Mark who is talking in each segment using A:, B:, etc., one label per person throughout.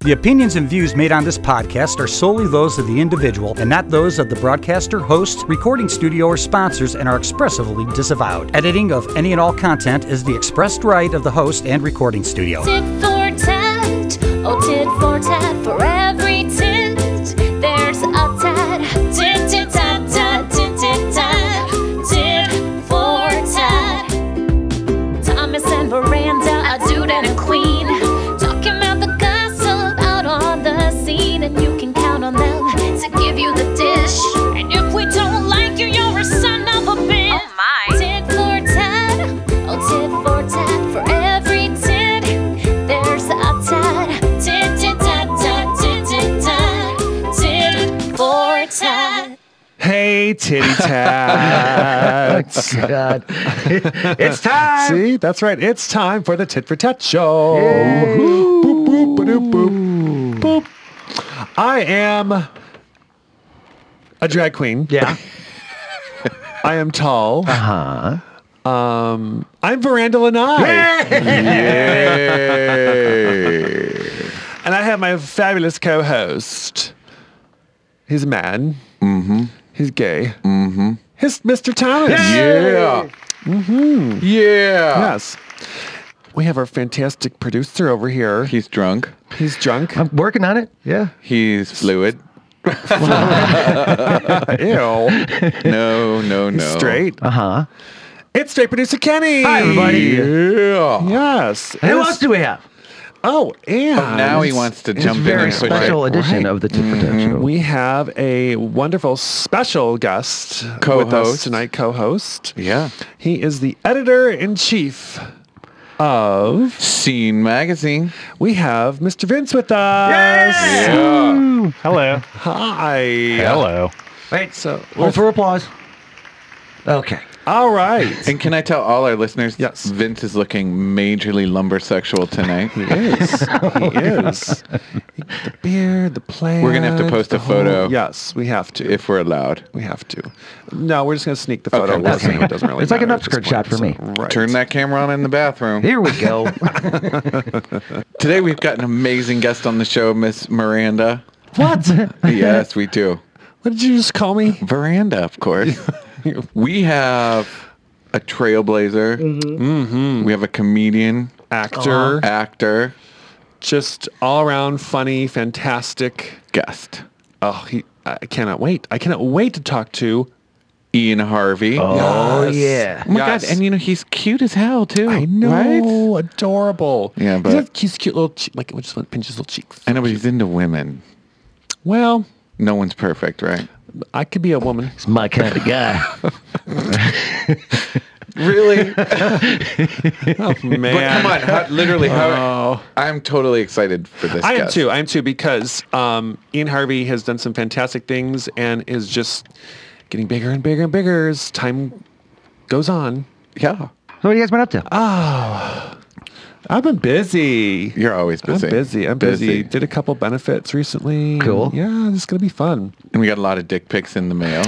A: The opinions and views made on this podcast are solely those of the individual and not those of the broadcaster, hosts, recording studio, or sponsors and are expressively disavowed. Editing of any and all content is the expressed right of the host and recording studio.
B: Tit for tat, oh tit for tat, for every tit there's a tat. Tit tit tat tat, tit tit tat, tit for tat. Thomas and Miranda, a dude and a queen, talking about the gossip out on the scene, and you can count on them to give you the dish. And if we don't like you, you're a son of a bitch.
C: Oh my.
B: Tit for tat, oh tit for tat, for every tit there's a tat. Tit tit tat tat tit tit tat, tit for tat.
D: Hey, titty tats.
E: God. it's time.
D: See, that's right. It's time for the tit for tat show.
E: Yay.
D: Boop, boop, ba-doop, boop, boop. I am a drag queen.
E: Yeah.
D: I am tall. Uh huh. Um, I'm Veranda Lanai. and I have my fabulous co-host. He's a man. Mm-hmm. He's gay. Mm-hmm. He's Mr. Thomas.
F: Yeah. Mm-hmm. Yeah.
D: Yes. We have our fantastic producer over here.
F: He's drunk.
D: He's drunk.
E: I'm working on it. Yeah.
F: He's fluid.
D: Ew.
F: No, no, no.
D: Straight.
E: Uh huh.
D: It's straight producer Kenny.
E: Hi, everybody.
F: Yeah.
D: Yes.
E: Who
D: It's-
E: else do we have?
D: Oh, and
F: Now he wants to jump in
E: Very
F: and put
E: special
F: it.
E: edition of the Tit for Tat Show.
D: We have a wonderful special guest with us
F: Co-host.
D: tonight, co-host.
F: Yeah.
D: He is the editor in chief of.
F: Scene magazine.
D: We have Mr. Vince with us.
F: Yeah.
G: Hello.
D: Hi.
G: Hello.
E: Wait,
D: So,
E: roll for applause. Okay.
D: all right.
F: And can I tell all our listeners?
D: Yes.
F: Vince is looking majorly lumbersexual tonight.
D: is. He is. The beard, the plan.
F: We're gonna have to post a photo.
D: yes, we have to.
F: if we're allowed.
D: we have to. No, we're just gonna sneak the photo.
F: Okay,
D: We'll
F: okay.
D: see. It doesn't really
E: It's like an
D: matter at this
E: upskirt shot
D: point,
E: for me.
D: so- Right.
F: Turn that camera on in the bathroom.
E: Here we go.
F: Today we've got an amazing guest on the show, Miss Miranda.
E: what?
F: Yes, we do.
D: What did you just call me?
F: Veranda, of course. we have a trailblazer. We have a comedian, Uh-huh.
D: Actor,
F: Mm-hmm. actor,
D: just all around funny, fantastic.
F: guest.
D: Oh, he, I cannot wait. I cannot wait to talk to.
F: Ian Harvey.
E: Oh,
D: Yes.
F: Oh my
D: Yes.
F: god! And you know he's cute as hell too.
D: I
F: Right?
D: know, adorable.
F: Yeah,
D: He's
F: but-
D: got- he's cute little, che- like, we just want to pinch his little cheeks.
F: I know, but he's into women.
D: Well,
F: No one's perfect, right?
D: I could be a woman.
E: It's my kind of guy.
F: Really? but
D: Oh man,
F: come on, how, literally, how? I'm totally excited for this.
D: I am
F: guest.
D: too. I am too because um, Ian Harvey has done some fantastic things and is just getting bigger and bigger and bigger as time goes on.
F: Yeah,
E: So what have you guys been up to?
D: I've been busy.
F: you're always busy.
D: I'm busy. I'm busy. Did a couple benefits recently.
E: Cool.
D: Yeah, this is gonna be fun.
F: And we got a lot of dick pics in the mail.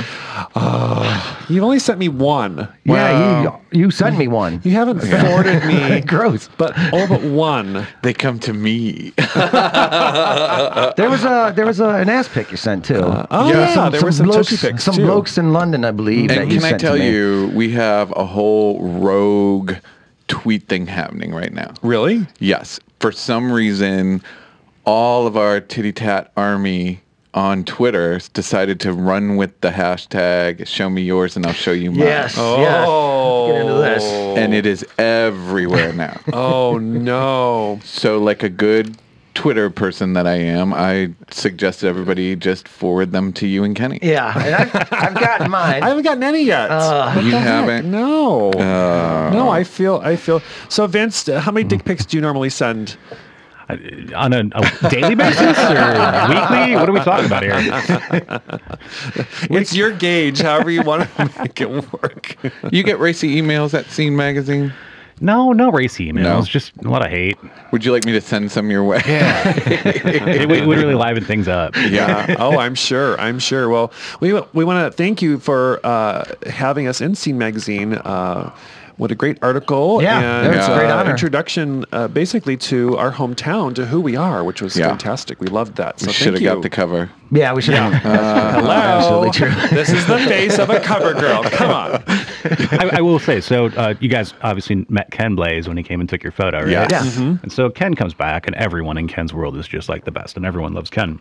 D: You've only sent me one.
E: yeah, you you sent me one.
D: You haven't forwarded me,
E: Gross.
D: but all but one.
F: They come to me.
E: There was a there was a, an ass pic you sent too.
D: Oh yeah, there were some
E: blokes,
D: touchy pics
E: some
D: too.
E: blokes in London, I believe. that
F: and
E: you
F: can I
E: sent to
F: tell
E: me.
F: you, we have a whole rogue tweet thing happening right now.
D: Really?
F: Yes. For some reason, all of our titty tat army on Twitter decided to run with the hashtag show me yours and I'll show you mine.
E: Yes. Yes. Get into this.
D: Oh.
F: And it is everywhere now.
D: Oh no.
F: so like a good Twitter person that I am, I suggest everybody just forward them to you and Kenny.
E: Yeah. And I've, I've gotten mine.
D: I haven't gotten any yet. What
F: You
D: the heck?
F: haven't?
D: No. no, I feel. I feel. So, Vince, uh, how many dick pics do you normally send?
G: On a, a daily basis or weekly? What are we talking about here?
D: It's your gauge, however you want to make it work.
F: You get racy emails at Scene Magazine.
G: No, no racy emails.
F: No.
G: Just a lot of hate.
F: Would you like me to send some your way?
G: It would would really liven things up.
F: yeah.
D: oh, I'm sure. I'm sure. Well, we we want to thank you for uh, having us in Scene Magazine. Uh, What a great article.
E: Yeah,
D: and,
E: that's
F: a great
D: uh,
E: honor.
D: Introduction uh, basically to our hometown, to who we are, which was
F: Yeah.
D: fantastic. We loved that. So
F: we should
D: thank
F: have
D: you.
F: got the cover.
E: Yeah, Uh, we should. have
D: Hello.
E: Absolutely true.
D: this is the face of a cover girl. Come on.
G: I, I will say, so uh, you guys obviously met Ken Blaze when he came and took your photo,
F: Yes.
G: right?
F: Yeah.
G: And so Ken comes back, and everyone in Ken's world is just like the best, and everyone loves Ken.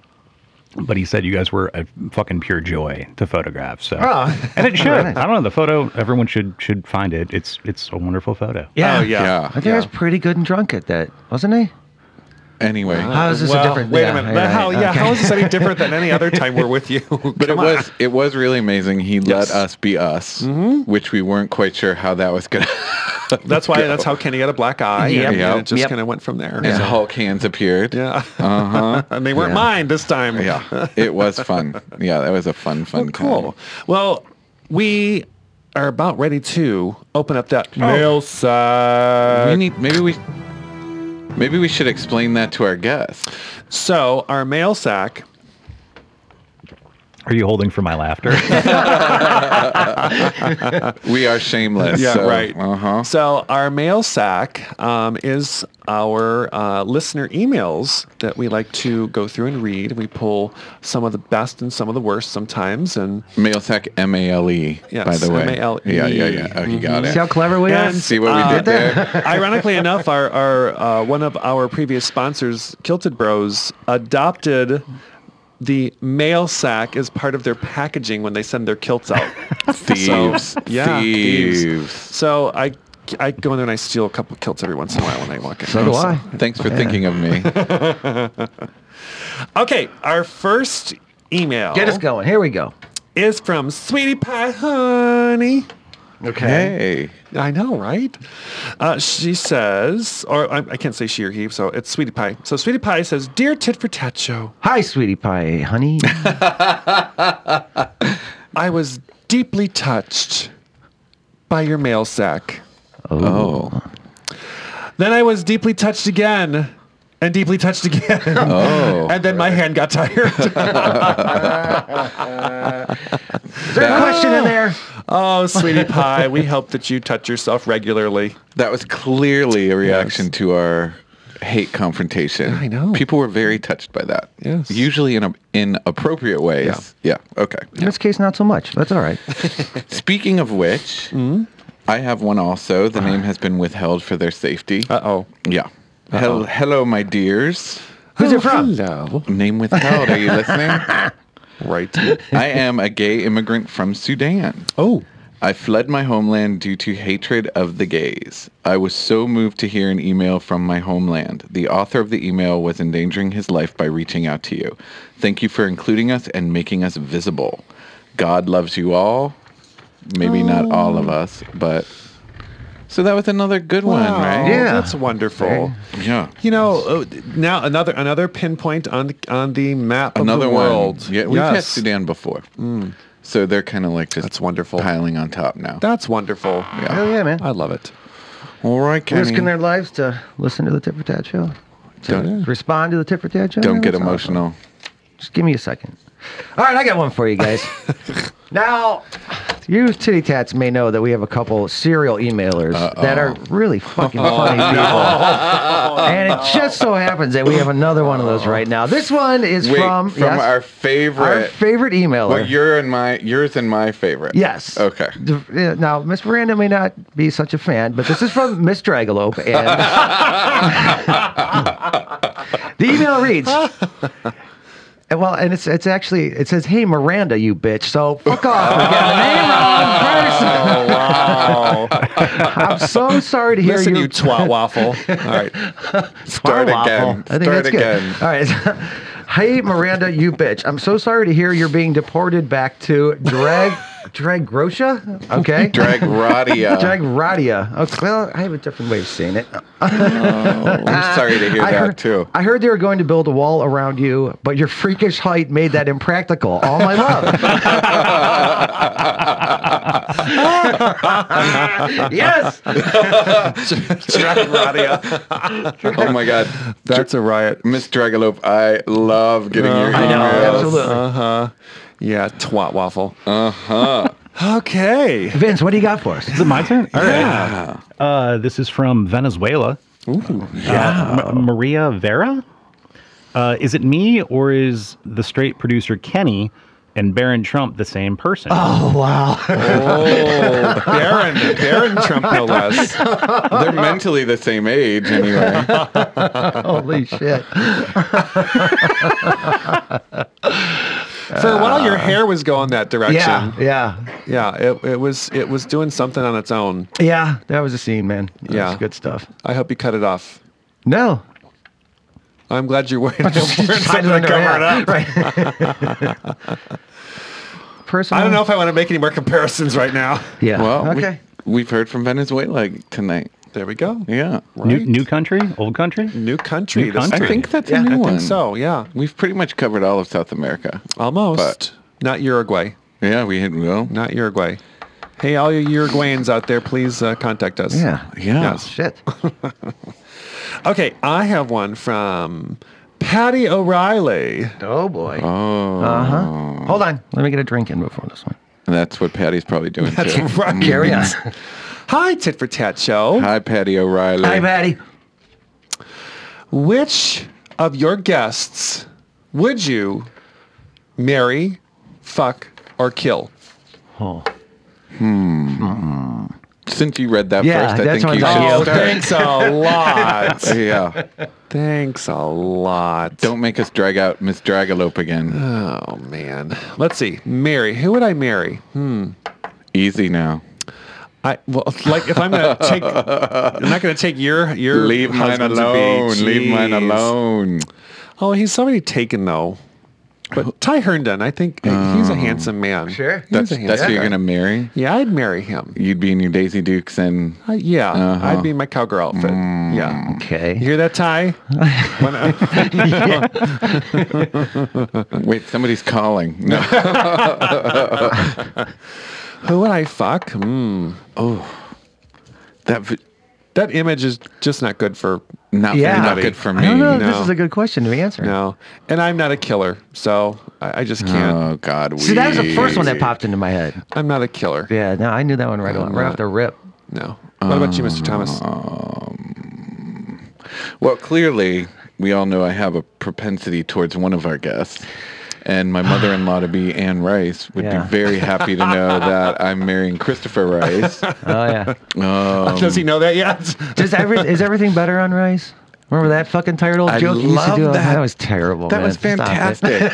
G: But he said you guys were a fucking pure joy to photograph. So,
E: Oh.
G: and it should. I don't know the photo. Everyone should should find it. It's it's a wonderful photo.
E: Yeah.
D: Oh, yeah. Uh,
E: I think I was pretty good and drunk at that, wasn't I?
F: Anyway,
E: How is this
D: Well,
E: a different?
D: Wait
E: yeah,
D: a minute.
E: yeah,
D: how,
E: yeah,
D: yeah,
E: okay.
D: how is this any different than any other time we're with you?
F: but it was it was really amazing. He
D: Yes. Mm-hmm.
F: let us be us, which we weren't quite sure how that was gonna.
D: That's why. That's how Kenny got a black eye.
E: Yep.
D: and
F: Yep.
D: it just
E: Yep.
D: kind of went from there.
F: and
D: So,
F: Hulk hands appeared.
D: yeah. and they weren't mine this time.
F: yeah, it was fun. Yeah, that was a fun, fun.
D: Oh, cool.
F: time.
D: Well, we are about ready to open up that mail sack.
F: we need maybe we maybe we should explain that to our guests.
D: so our mail sack.
G: Are you holding for my laughter?
F: We are shameless.
D: Yeah,
F: so,
D: right.
F: Uh huh.
D: So our mail sack um, is our uh, listener emails that we like to go through and read. We pull some of the best and some of the worst sometimes, and
F: Mail sack M A L E.
D: Yes,
F: By the way.
D: M.A.L.E..
F: Yeah, yeah, yeah. Oh, you
D: Mm-hmm.
F: got it.
E: See how clever we are.
D: And-
F: See what we
D: Uh,
F: did there?
D: Ironically enough, our, our uh, one of our previous sponsors, Kilted Bros, adopted the mail sack as part of their packaging when they send their kilts out.
F: Thieves.
D: yeah,
F: thieves.
D: so I, I go in there and I steal a couple kilts every once in a while when I walk in.
E: So do I.
F: Oh, Thanks for thinking of me.
D: Okay, our first email
E: Get us going. Here we go.
D: is from Sweetie Pie Honey.
E: Okay.
F: hey.
D: I know, right? Uh, she says, or I, I can't say she or he, so it's Sweetie Pie. So Sweetie Pie says, Dear Tit for Tat Show,
E: Hi, sweetie pie, honey.
D: I was deeply touched by your mail sack.
F: Oh.
D: Then I was deeply touched again and deeply touched again.
F: Oh.
D: and then my hand got tired.
E: Is there a question in there?
D: oh, Sweetie Pie, we hope that you touch yourself regularly.
F: That was clearly a reaction to our hate confrontation. I
D: know.
F: People were very touched by that.
D: Yes.
F: Usually in a, in appropriate ways. Yeah. Okay.
E: In this case, not so much. That's all right.
F: Speaking of which, I have one also. The name has been withheld for their safety.
D: Uh oh.
F: yeah. Hel- hello, my dears.
E: Who's it from?
D: Hello.
F: Name withheld. Are you listening?
D: Right.
F: I am a gay immigrant from Sudan.
D: Oh.
F: I fled my homeland due to hatred of the gays. I was so moved to hear an email from my homeland. The author of the email was endangering his life by reaching out to you. Thank you for including us and making us visible. God loves you all. Maybe not all
D: Oh.
F: of us, but. So that was another good one, right?
E: Yeah.
D: That's wonderful.
F: Yeah.
D: You know, uh, now another another pinpoint on on the map
F: Another
D: of the world. Mm.
F: one. Yeah, we've had Sudan before. So they're kind of like just
D: That's wonderful.
F: piling on top now.
D: That's wonderful.
E: Hell yeah, man.
D: I love it.
F: all right, Kenny.
E: Risking their lives to listen to the Tit for Tat show. To
F: Don't-
E: respond to the Tit for Tat show.
F: Don't
E: man,
F: get
E: that's awesome.
F: emotional.
E: Just give me a second. All right, I got one for you guys. now, you titty tats may know that we have a couple serial emailers that are really fucking
F: Oh,
E: funny people. and it just so happens that we have another one of those right now. This one is
F: Wait,
E: from,
F: from,
E: yes,
F: our
E: our
F: favorite.
E: favorite emailer.
F: Well, your and my, yours and my favorite.
E: Yes.
F: Okay.
E: D- uh, Now, Miss Miranda may not be such a fan, but this is from Miss Dragalope. And the email reads. and Well, and it's it's actually it says, "Hey Miranda, you bitch." So fuck off. We got the name wrong
D: Oh wow!
E: person. I'm so sorry to hear
D: Listen,
E: you.
D: you twat waffle. All right.
F: Start
E: Wow,
F: again.
E: Waffle. Oh, I think
F: Start
E: that's
F: again.
E: good. All right. hey Miranda, you bitch. I'm so sorry to hear you're being deported back to Drag Drag Grosha. Okay.
F: Drag Radia.
E: Drag Radia. Okay, well, I have a different way of saying it.
F: I'm sorry to hear
E: I
F: that
E: heard,
F: too.
E: I heard they were going to build a wall around you, but your freakish height made that impractical. All my love. yes.
F: oh my God,
D: That's a riot.
F: Miss Dragalope, I love getting your emails.
D: Uh-huh.
E: I know. Absolutely.
D: Uh huh. Yeah, twat waffle. Okay.
E: Vince, what do you got for us?
G: Is it my turn? All right.
D: Yeah.
G: Uh, this is from Venezuela. Yeah. Maria Vera? Uh, is it me or is the straight producer Kenny and Barron Trump the same person?
E: Oh wow!
D: Oh, Baron, Baron Trump, no less.
F: They're mentally the same age anyway.
E: Holy shit!
D: For a while, your hair was going that direction.
E: Yeah, yeah,
D: Yeah, it, it was it was doing something on its own.
E: yeah. That was a scene, man. That
D: Yeah.
E: was good stuff.
D: I hope you cut it off.
E: No,
D: I'm glad you're waiting.
E: Just hide it
D: something to
E: under
D: cover
E: her
D: it
E: hat. Right. Personal.
D: I don't know if I want to make any more comparisons right now.
E: Yeah.
F: Well, we-
E: okay.
F: we've heard from Venezuela tonight.
D: There we go.
F: Yeah.
G: new,
D: Right.
G: new country? Old country?
D: New country.
G: New
D: This-
G: country.
F: I think that's
E: Yeah,
F: a new
D: I
F: one.
D: think so. Yeah,
F: We've pretty much covered all of South America.
D: almost.
F: But-
D: Not Uruguay.
F: Yeah, we had well.
D: Not Uruguay. Hey, all you Uruguayans out there, please uh, contact us.
E: Yeah.
F: Yeah.
D: Yes.
E: Shit.
D: Okay, I have one from Patty O'Reilly.
E: Oh boy.
F: Oh.
E: Uh huh. Hold on. Let me get a drink in before this one.
F: That's what Patty's probably doing too.
D: right.
E: Carry on.
D: Hi, Tit for Tat Show.
F: Mm-hmm. Hi, Patty O'Reilly.
E: Hi, Patty.
D: Which of your guests would you marry, fuck, or kill?
F: Since you read that
E: Yeah,
F: first, I
E: that's
F: think you
E: what I'm
F: should
E: talking
D: Oh,
F: start.
D: thanks a lot.
F: yeah.
D: thanks a lot.
F: Don't make us drag out Miss Dragalope again.
D: Oh man. Let's see. Mary. Who would I marry?
F: Easy now.
D: I well, like if I'm gonna take, I'm not gonna take your your
F: Leave mine
D: husband to be.
F: alone. Leave mine
D: Jeez.
F: alone.
D: Oh, he's somebody taken though. But Ty Herndon, I think uh, he's a handsome man.
E: Sure.
D: He's
F: Oh. That's
D: a
F: that's
D: handsome
F: who you're
D: guy.
F: gonna marry.
D: Yeah, I'd marry him.
F: You'd be in your Daisy Dukes and
D: Uh, yeah,
F: Uh-huh. Mm.
D: I'd be in my cowgirl outfit. Yeah. You
E: Okay.
D: hear that, Ty? Wanna-
F: wait, somebody's calling. No.
D: Who would I fuck? Mm.
F: that v-
D: That image is just not good for
F: not,
E: Yeah.
F: not good for me.
E: I don't know. if This
D: No.
E: is a good question to be answered.
D: no. And I'm not a killer, so I, I just can't.
F: Oh God. We,
E: See, that was the first one that popped into my head.
D: I'm not a killer.
E: Yeah. No, I knew that one right, off- right off the rip.
D: No. What about you, Mr. Thomas?
F: Um. Well, clearly, we all know I have a propensity towards one of our guests. And my mother in law to be Anne Rice would
E: Yeah.
F: be very happy to know that I'm marrying Christopher Rice.
E: Oh yeah.
D: Does he know that yet?
E: Does every, is everything better on rice? Remember that fucking tired old
F: I
E: joke you used to
F: love
E: do? Oh,
F: that.
E: That was terrible.
F: That
E: man.
F: was
E: Stop it.
F: fantastic.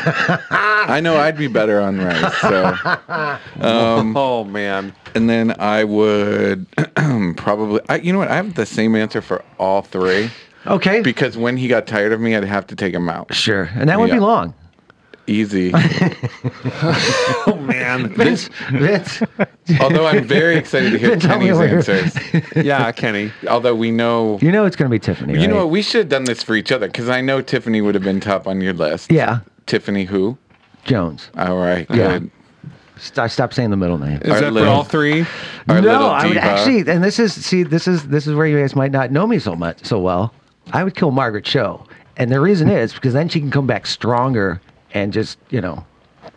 F: I know I'd be better on rice. So.
D: oh man.
F: And then I would probably, I, you know what? I have the same answer for all three
E: Okay.
F: because when he got tired of me, I'd have to take him out.
E: sure. And that would be
F: Yeah.
E: long.
F: Easy.
D: Oh man.
E: Vince, Vince,
F: Although I'm very excited to hear
E: Tell me
F: Kenny's
E: where you're-
F: answers.
D: yeah, Kenny.
F: Although we know
E: you know it's going to be Tiffany.
F: You know
E: right?
F: what? We should have done this for each other because I know Tiffany would have been top on your list.
E: Yeah.
F: Tiffany who?
E: Jones.
F: All right.
E: Yeah.
F: good.
E: Stop, stop saying the middle name.
D: Is
F: Our
D: that for
F: little-
D: all three?
F: Our
E: no,
F: little
E: I would
F: diva.
E: actually, and this is see, this is this is where you guys might not know me so much so well. I would kill Margaret Cho, and the reason is because then she can come back stronger and just you know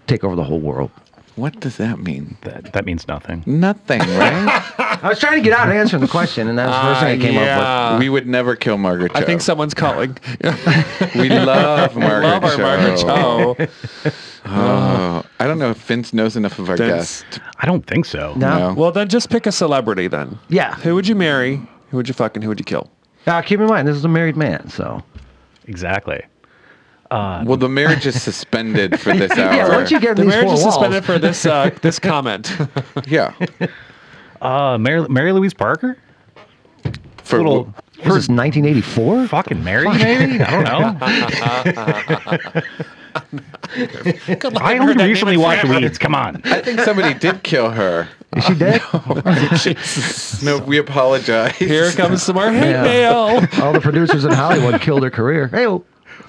E: take over the whole world.
F: What does that mean?
G: That, that means nothing.
F: Nothing, right?
E: I was trying to get out of answering the question, and that's the first
F: Ah,
E: thing I came up
D: yeah.
F: we would never kill Margaret.
D: Uh, I think
F: Cho.
D: someone's calling.
F: We love Margaret.
D: Love our
F: Cho.
D: Margaret Cho.
F: Oh, I don't know if Vince knows enough of our
D: Vince.
F: guests.
G: I don't think so.
E: with. No,
F: No.
D: Well, then just pick a celebrity then.
E: Yeah.
D: Who would you marry? Who would you fuck and who would you kill?
E: Now, keep in mind this is a married man, so
G: Exactly.
F: Well, the marriage is suspended for this hour.
E: yeah. Once you get in
D: The
E: these
D: marriage
E: four
D: is
E: walls,
D: suspended for this uh, this comment.
F: yeah.
G: Uh, Mary, Mary Louise Parker?
F: For
G: Little
E: this is 1984.
G: fucking Mary, maybe? I don't know. I only recently watched Weeds. Come on.
F: I think somebody did kill her.
E: Is she dead?
F: No, we apologize.
D: Here comes some more hate
E: Yeah.
D: mail.
E: All the producers in Hollywood killed her career. Hey,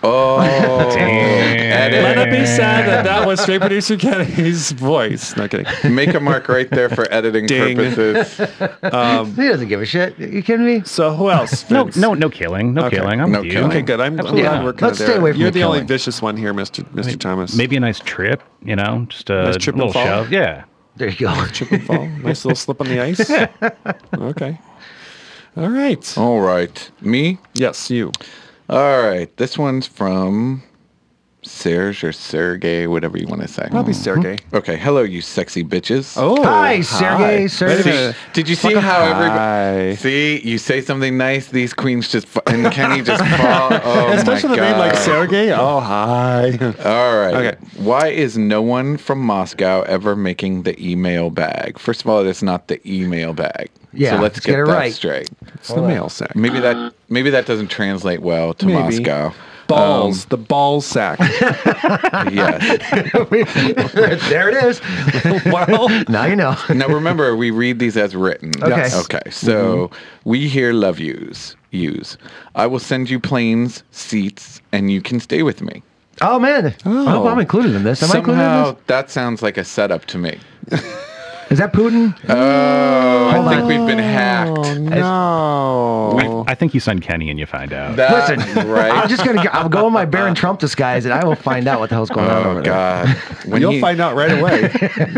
F: Oh,
D: Let it
F: edit.
D: be said that that was straight producer Kenny's voice. Not kidding.
F: Make a mark right there for editing
D: Ding.
F: purposes.
E: he doesn't give a shit. You kidding me?
D: So who else?
G: No,
D: Vince?
G: no, no killing. No
D: Okay.
G: killing. I'm
F: No
G: with you.
F: killing.
D: Okay, good. I'm
G: Absolutely
D: glad
G: not.
D: we're kind
E: Let's stay away from
D: You're
E: the
D: the only
E: killing.
D: vicious one here, Mr. Mr. Thomas.
G: Maybe a nice trip, you know, just a
D: Nice trip and
G: little
D: fall?
G: shove. Yeah.
E: There you go.
D: Chip and fall. nice little slip on the ice. Okay. All right.
F: All right. Me?
D: Yes, you.
F: All right. This one's from Serge or Sergey, whatever you want to say.
D: Probably Sergey.
F: Okay. Hello, you sexy bitches.
D: Mm-hmm. Oh,
E: hi, Sergey. Sergey.
F: See, did you see how
D: hi.
F: everybody? See, you say something nice, these queens just fa- and Kenny just fall. Oh
D: Especially
F: my
D: the
F: god!
D: name like Sergey. Oh, hi.
F: All right.
D: Okay.
F: Why is no one from Moscow ever making the email bag? First of all, it's not the email bag.
E: Yeah,
F: So let's
E: let's
F: get,
E: get it
F: that
E: right.
F: straight.
D: It's the mail sack.
F: Maybe that maybe that doesn't translate well to
D: Maybe.
F: Moscow. Um,
D: Balls. the ball sack.
F: yes.
E: there it is.
D: well,
E: Now you know.
F: Now remember, we read these as written.
E: Okay. Mm-hmm. Yes.
F: Okay. So we here love yous. Use. I will send you planes, seats, and you can stay with me.
E: Oh man, I hope I'm included in this. Am I included in
F: Somehow that sounds like a setup to me.
E: this? Is that Putin?
F: Oh,
E: Hold
F: I think
E: on.
F: we've been hacked.
D: no.
G: I think you send Kenny and you find out.
F: That,
E: Listen,
F: right?
E: I'm just gonna. Go, I'll go in my Baron Trump disguise, and I will find out what the hell's going on
F: Oh
E: over there.
F: God! When
D: You'll
F: he,
D: find out right away.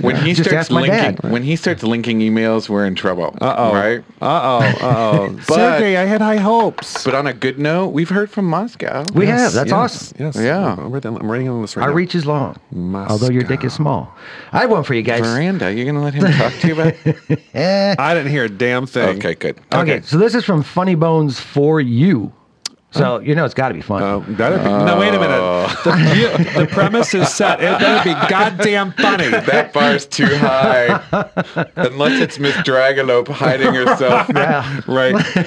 F: when he
E: Just
F: starts
E: ask my
F: linking
E: dad.
F: when he starts linking emails, we're in trouble. Uh
D: Uh-oh.
F: Right?
D: Uh oh. Uh oh.
F: But-
D: Sergey, I had high hopes.
F: But on a good note, we've heard from Moscow.
E: We
D: Yes,
E: have. That's
D: yes,
E: awesome.
D: Yes.
F: Yeah.
D: I'm writing, I'm writing on this right
E: Our
D: now.
E: reach is long, although your dick is small. I have one for you guys.
F: Miranda, you're gonna let him talk to you about?
E: Eh.
D: I didn't hear a damn thing.
F: okay, good.
E: Okay. so this is from Funny Bones for you. So you know it's got to be fun.
F: Oh.
D: Uh, that'd be, no, wait a minute. The, the premise is set. It, that'd be goddamn funny.
F: That bar's too high. Unless it's Miss Dragalope hiding herself. Right.
E: Uh,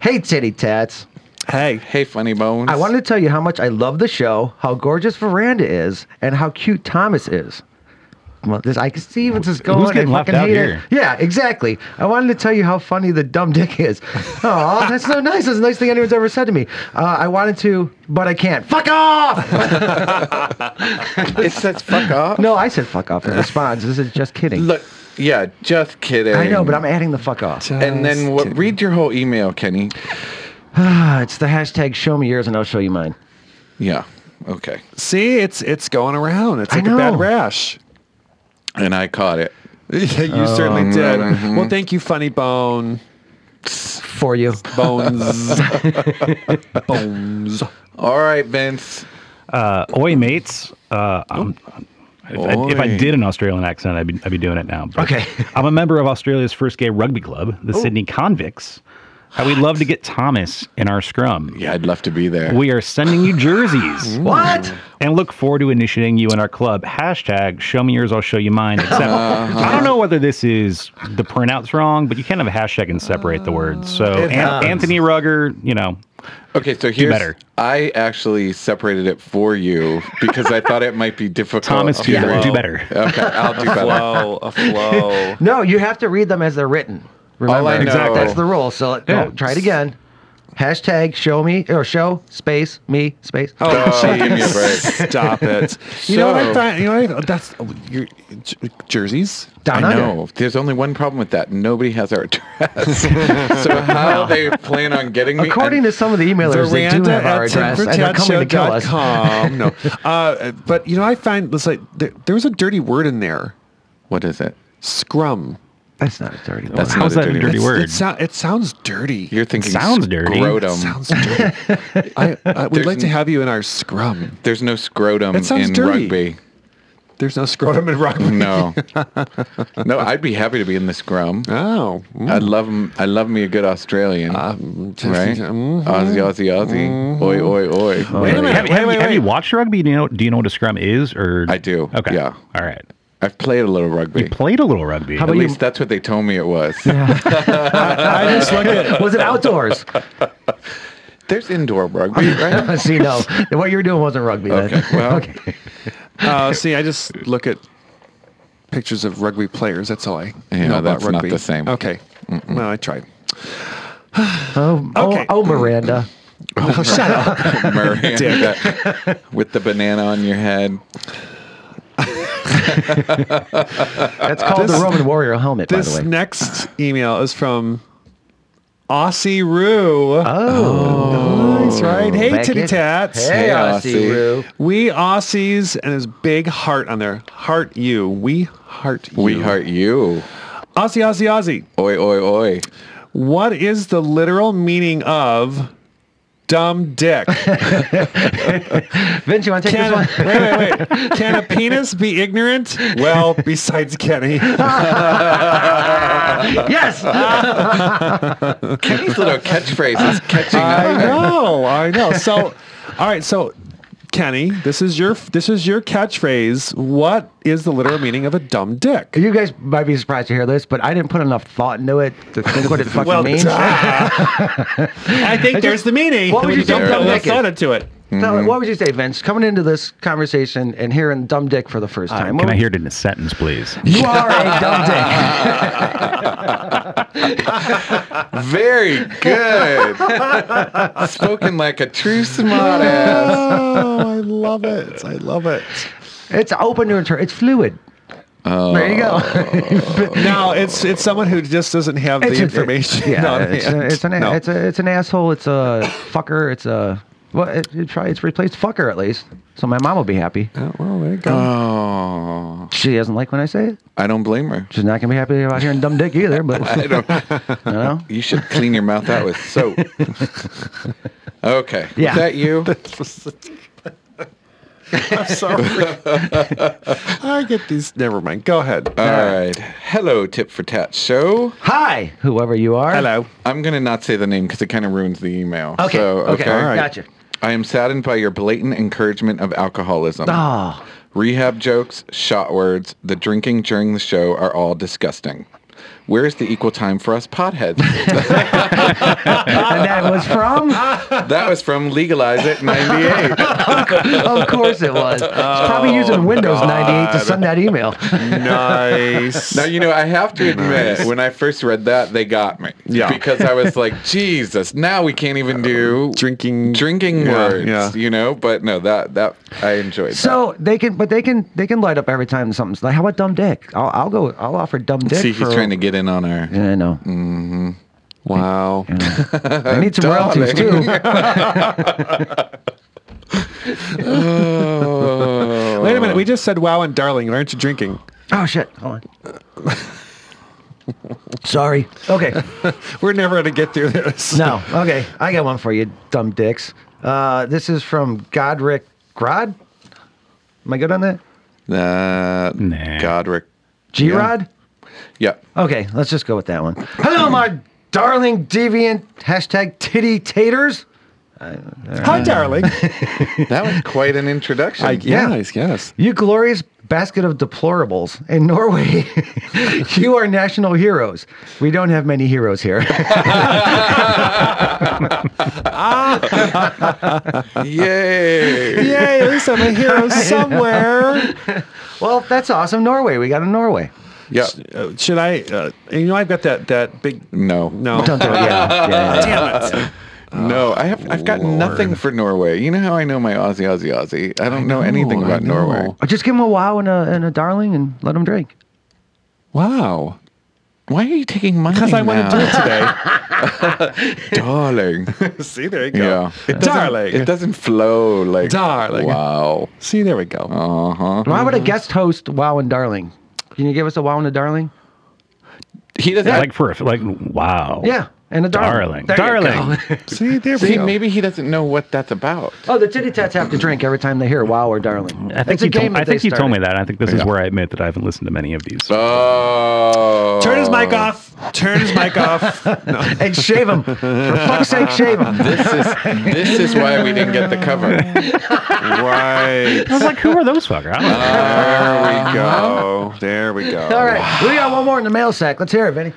E: hey, titty tats.
D: Hey,
F: Hey, funny bones.
E: I wanted to tell you how much I love the show, how gorgeous Veranda is, and how cute Thomas is. Well, this, I can see what's this going.
G: getting
E: I
G: left
E: fucking
G: out
E: hate it.
G: here?
E: Yeah, exactly. I wanted to tell you how funny the dumb dick is. Oh, that's so nice. That's the nice thing anyone's ever said to me. Uh, I wanted to, but I can't. Fuck off!
F: It says fuck off.
E: no, I said fuck off in response. This is just kidding.
F: Look, yeah, just kidding.
E: I know, but I'm adding the fuck off.
F: And then what, read your whole email, Kenny.
E: Ah, it's the hashtag show me yours and I'll show you mine.
F: Yeah. Okay.
D: see, it's it's going around. It's
E: I
D: like a
E: know.
D: bad rash.
F: And I caught it.
D: Yeah, you
F: Oh,
D: certainly did. Well, thank you, Funny Bone.
E: For you.
D: Bones.
F: Oh,
D: Bones.
F: All right, Vince.
G: Uh, oi, mates. Uh, I'm, if, I, if I
F: Oi.
G: did an Australian accent, I'd be, I'd be doing it now. but
E: Okay.
G: I'm a member of Australia's first gay rugby club, the Sydney Convicts. I would love to get Thomas in our scrum.
F: Yeah, I'd love to be there.
G: We are sending you jerseys
E: What?
G: and look forward to initiating you in our club. Hashtag show me yours, I'll show you mine. Except
F: Uh-huh.
G: I don't know whether this is the printout's wrong, but you can't have a hashtag and separate the words. So An-
E: happens.
G: Anthony Rugger, you know,
F: okay, so here's
G: better.
F: I actually separated it for you because I thought it might be difficult.
G: Thomas, do
F: to-
G: better. Do better.
F: Okay, I'll do better.
D: Flow. A flow.
E: No, you have to read them as they're written. Remember,
F: All I know-
E: that's the rule. So
G: Yeah.
E: don't try it again. Hashtag show me or show space me space.
F: Oh, give me a break.
D: Stop it. You know what I
F: So-
D: thought? You know what I, that's oh, your j- jerseys.
E: Down
F: I
E: under.
F: know. There's only one problem with that. Nobody has our address. so how they plan on getting me?
E: According to some of the emailers, they do have our address and they're coming to kill us.
D: timbertatshow.com. no, uh, but you know, I find it's like there, there was a dirty word in there.
F: what is it?
D: Scrum.
E: That's not a dirty word.
F: That's
G: how's
F: not
G: that a
F: dirty
G: dirty
F: word.
G: word?
D: It, sou- it sounds dirty.
F: You're thinking
G: Sounds dirty.
F: Scrotum.
D: sounds dirty. I, I, we'd
F: There's
D: like to
F: n-
D: have you in our scrum.
F: There's no scrotum
D: That sounds
F: in
D: dirty.
F: rugby.
D: There's no scrotum in rugby.
F: No, no. I'd be happy to be in the scrum.
D: Oh,
F: I love 'em- I love me a good Australian.
D: Uh,
F: right?
D: mhm.
F: Aussie, Aussie, Aussie. Oi, oi, oi.
D: Mm-hmm. Wait a minute.
G: Have,
D: Wait,
G: have-
D: wait,
G: have you
D: wait.
G: watched rugby? Do you know? Do you know what a scrum is? Or
F: I do,
G: Okay.
F: yeah.
G: All right.
F: I've played a little rugby.
G: Played a little rugby.
E: How
F: At
E: about you?
F: least that's what they told me it was.
D: I just look at
E: Was it outdoors?
F: There's indoor rugby, right?
E: See, no. What you were doing wasn't rugby. Then.
F: Okay. Well,
D: uh, see. I just look at pictures of rugby players. That's all I
F: Yeah,
D: know about
F: that's not
D: rugby.
F: the same.
D: Okay. No, I tried.
E: Oh, oh,
D: Okay.
E: oh, Miranda.
D: shut up.
F: Miranda with the banana on your head.
E: That's called the Roman warrior helmet, by
D: This
E: the way.
D: next email is from Aussie Roo. Oh, nice, right? Hey,
E: Back
D: titty
E: in-
D: tats. uh,
E: Hey,
F: Hey,
E: Aussie
F: Aussie.
E: Roo.
D: We Aussies and his big heart on there. Heart you. We heart you.
F: We heart you.
D: Aussie, Aussie, Aussie.
F: Oi, oi, oi.
D: What is the literal meaning of dumb dick?
E: Vince, you want to take
D: Can
E: this one?
D: a, wait, wait, wait. Can a penis be ignorant? Well, besides Kenny.
E: yes.
F: Kenny's little catchphrase is catching
D: I
F: on.
D: know, I know. So, all right, so Kenny, this is your this is your catchphrase. What is the literal meaning of a dumb dick?
E: You guys might be surprised to hear this, but I didn't put enough thought into it to think what it fucking means.
D: duh. I think there's the meaning.
E: What would
D: When
E: you
F: say
D: don't put
F: dumb
D: enough
E: dick is?
D: thought into it?
E: Tell
D: Mm-hmm.
E: me, what would you say, Vince, coming into this conversation and hearing dumb dick for the first time?
G: Uh, Can
E: what
G: I
E: would-
G: hear it in a sentence, please?
E: You are a dumb dick.
F: Very good. Spoken like a true smart ass.
D: Oh, I love it. I love it.
E: It's open to interpret. It's fluid.
D: Oh,
E: there you go.
D: Now it's it's someone who just doesn't have the
E: It's a-
D: information.
E: Yeah,
D: on
E: it's, a,
D: hand.
E: it's an a-
D: No.
E: it's a it's an asshole. It's a fucker. It's a well, it, it try it's replaced fucker at least. So my mom will be happy.
D: Oh, well, there you go.
F: Oh,
E: She doesn't like when I say it.
F: I don't blame her.
E: She's not gonna be happy about hearing dumb dick either. But
F: I don't.
E: you know,
F: You should clean your mouth out with soap. Okay.
E: Yeah.
F: Is that you?
D: I get these. Never mind. Go ahead.
F: All right. Hello, Tip for Tat Show.
E: hi, whoever you are.
D: Hello.
F: I'm going to not say the name because it kind of ruins the email.
E: Okay.
F: So,
E: okay.
D: all right.
E: Gotcha.
F: I am saddened by your blatant encouragement of alcoholism.
E: Oh,
F: Rehab jokes, shot words, the drinking during the show are all disgusting. Where is the equal time for us potheads?
E: and that was from.
D: Ah.
F: that was from Legalize It 98.
E: of course it was. It's probably using Windows 98 to send that email.
D: Nice.
F: Now you know I have to admit when I first read that they got me.
D: Yeah.
F: Because I was like, Jesus, now we can't even do
D: drinking-
F: drinking
D: Yeah,
F: words.
D: yeah.
F: You know, but no, that that I enjoyed.
E: So they can, but they can, they can light up every time something's like, how about dumb dick? I'll, I'll go, I'll offer dumb
F: that.
E: dick.
F: see, he's
E: for-
F: trying to Mm. get in on our.
E: Yeah, I know.
D: wow.
E: I need some royalties too.
D: Wait a minute. We just said wow and darling. Why aren't you drinking?
E: Oh shit! Hold on. Sorry. Okay.
D: We're never going to get through this.
E: No. Okay. I got one for you, dumb dicks. Uh, this is from Godric Grod. Am I good on that?
F: Uh,
G: Nah.
F: Godric.
E: G Rod.
F: Yeah.
E: Okay, let's just go with that one. Hello, my darling deviant. Hashtag titty taters.
D: Hi, darling.
F: That was quite an introduction.
D: Yes, yes.
E: You glorious basket of deplorables in Norway. you are national heroes. We don't have many heroes here.
F: Yay.
D: Yay, at least I'm a hero somewhere.
E: well, that's awesome, Norway. We got a Norway.
F: yeah.
D: Uh, should I? Uh, you know, I've got that, that big.
F: No.
D: No.
E: Don't do it. Yeah. yeah, yeah.
D: Damn it.
F: No, I have I've got nothing for Norway. You know how I know my Aussie Aussie Aussie? I don't know, anything
D: I
F: about
D: know.
F: Norway.
E: Or Oh, just give him a wow and a, and a darling and let him drink.
D: Wow.
F: Why are you taking mine?
D: Because I want to do it today.
F: darling.
D: See, there you
F: Yeah.
D: go. Darling.
F: It doesn't flow like
D: Darling.
F: Wow.
D: See, there we go.
F: Uh huh.
E: Why would a guest host wow and darling? Can you give us a wow and a darling?
F: He doesn't.
G: Like for a- like, wow.
E: Yeah, and a darling.
G: Darling.
E: There you
G: Darling.
E: go.
D: See, there we
F: See,
D: go.
F: maybe he doesn't know what that's about.
E: oh, the titty tats have to drink every time they hear wow or darling.
G: I think,
E: it's a
G: you
E: game.
G: told,
E: that
G: I think
E: they
G: you told me
E: started.
G: that. I think this is where I admit that I haven't listened to many of these.
F: Oh.
D: Turn his mic off. Turn his mic off.
E: And shave him. For fuck's sake, shave him.
F: This is this is why we didn't get the cover.
D: right.
G: I was like, who are those fuckers? I don't know.
D: There we go. Uh-huh. There we
F: Uh-huh.
D: go.
E: All right, we got one more in the mail sack. Let's hear it, Vinny.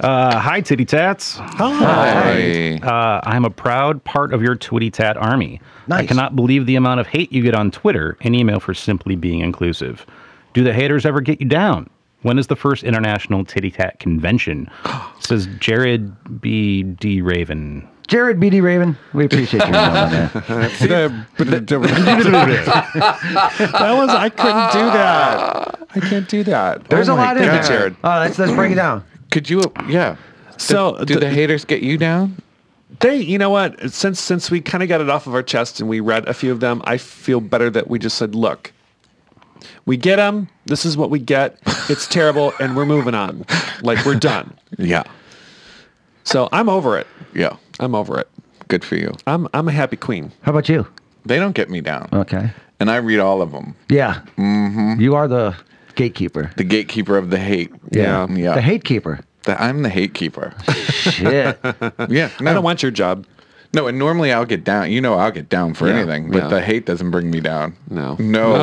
G: Uh, hi, Titty Tats.
F: Hi.
G: Uh, I'm a proud part of your Twitty Tat army. I
E: Nice.
G: cannot believe the amount of hate you get on Twitter and email for simply being inclusive. Do the haters ever get you down? When is the first international Titty Tat convention? Says Jared B. D. Raven.
E: Jared BD Raven, we appreciate you. that.
D: that was I couldn't do that. I can't do that.
E: There's
D: Oh
E: a
D: my
E: lot in
D: God,
E: there.
D: Jared.
E: Oh, let's let's break it down.
F: Could you? Yeah.
D: So
F: do the haters get you down?
D: they you know what since since we kind of got it off of our chest and we read a few of them i feel better that we just said look we get them this is what we get it's terrible and we're moving on like we're done
F: Yeah.
D: so i'm over it
F: Yeah.
D: i'm over it
F: Good for you.
D: i'm i'm a happy queen
E: How about you?
F: They don't get me down.
E: Okay.
F: And I read all of them.
E: Yeah. Mm-hmm. You are the gatekeeper.
F: The gatekeeper of the hate.
E: Yeah.
F: Yeah.
E: The hate keeper.
F: The- I'm the hate keeper.
E: Shit.
F: yeah. No.
D: i don't want your job
F: No, and normally I'll get down. You know, I'll get down for
D: Yeah,
F: anything, but
D: yeah.
F: the hate doesn't bring me down.
D: No.
F: No.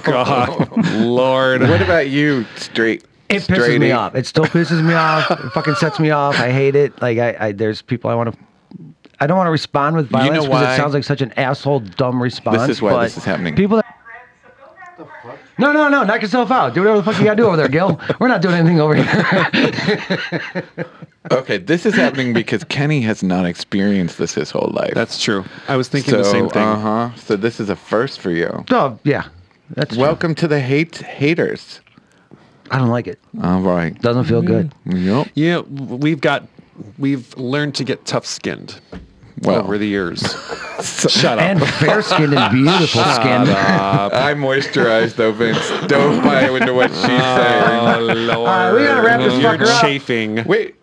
D: oh god lord
F: what about you, straight?
E: It pisses
F: straight
E: me
F: eight?
E: off. It still pisses me off. It fucking sets me off. I hate it. Like I, I there's people I want to. I don't want to respond with
F: know
E: violence because
F: why?
E: it sounds like such an asshole, dumb response.
F: is why
E: but
F: this is happening.
E: People that. No, no, no! Knock yourself out. Do whatever the fuck you gotta do over there, Gil. We're not doing anything over here.
F: Okay, this is happening because Kenny has not experienced this his whole life.
D: that's true i was thinking the same thing
F: Uh huh. So this is a first for you.
E: oh yeah, that's true.
F: Welcome to the hate haters.
E: I don't like it.
F: All right.
E: Doesn't feel good.
F: Yep.
D: yeah we've got we've learned to get tough skinned
F: Well.
D: over the years shut up
E: And fair skinned and beautiful skinned.
F: I moisturized though, Vince. Don't buy into what she's saying.
D: Oh, Lord.
E: right, we gotta wrap this
D: You're
E: fucker up.
D: chafing.
F: Wait,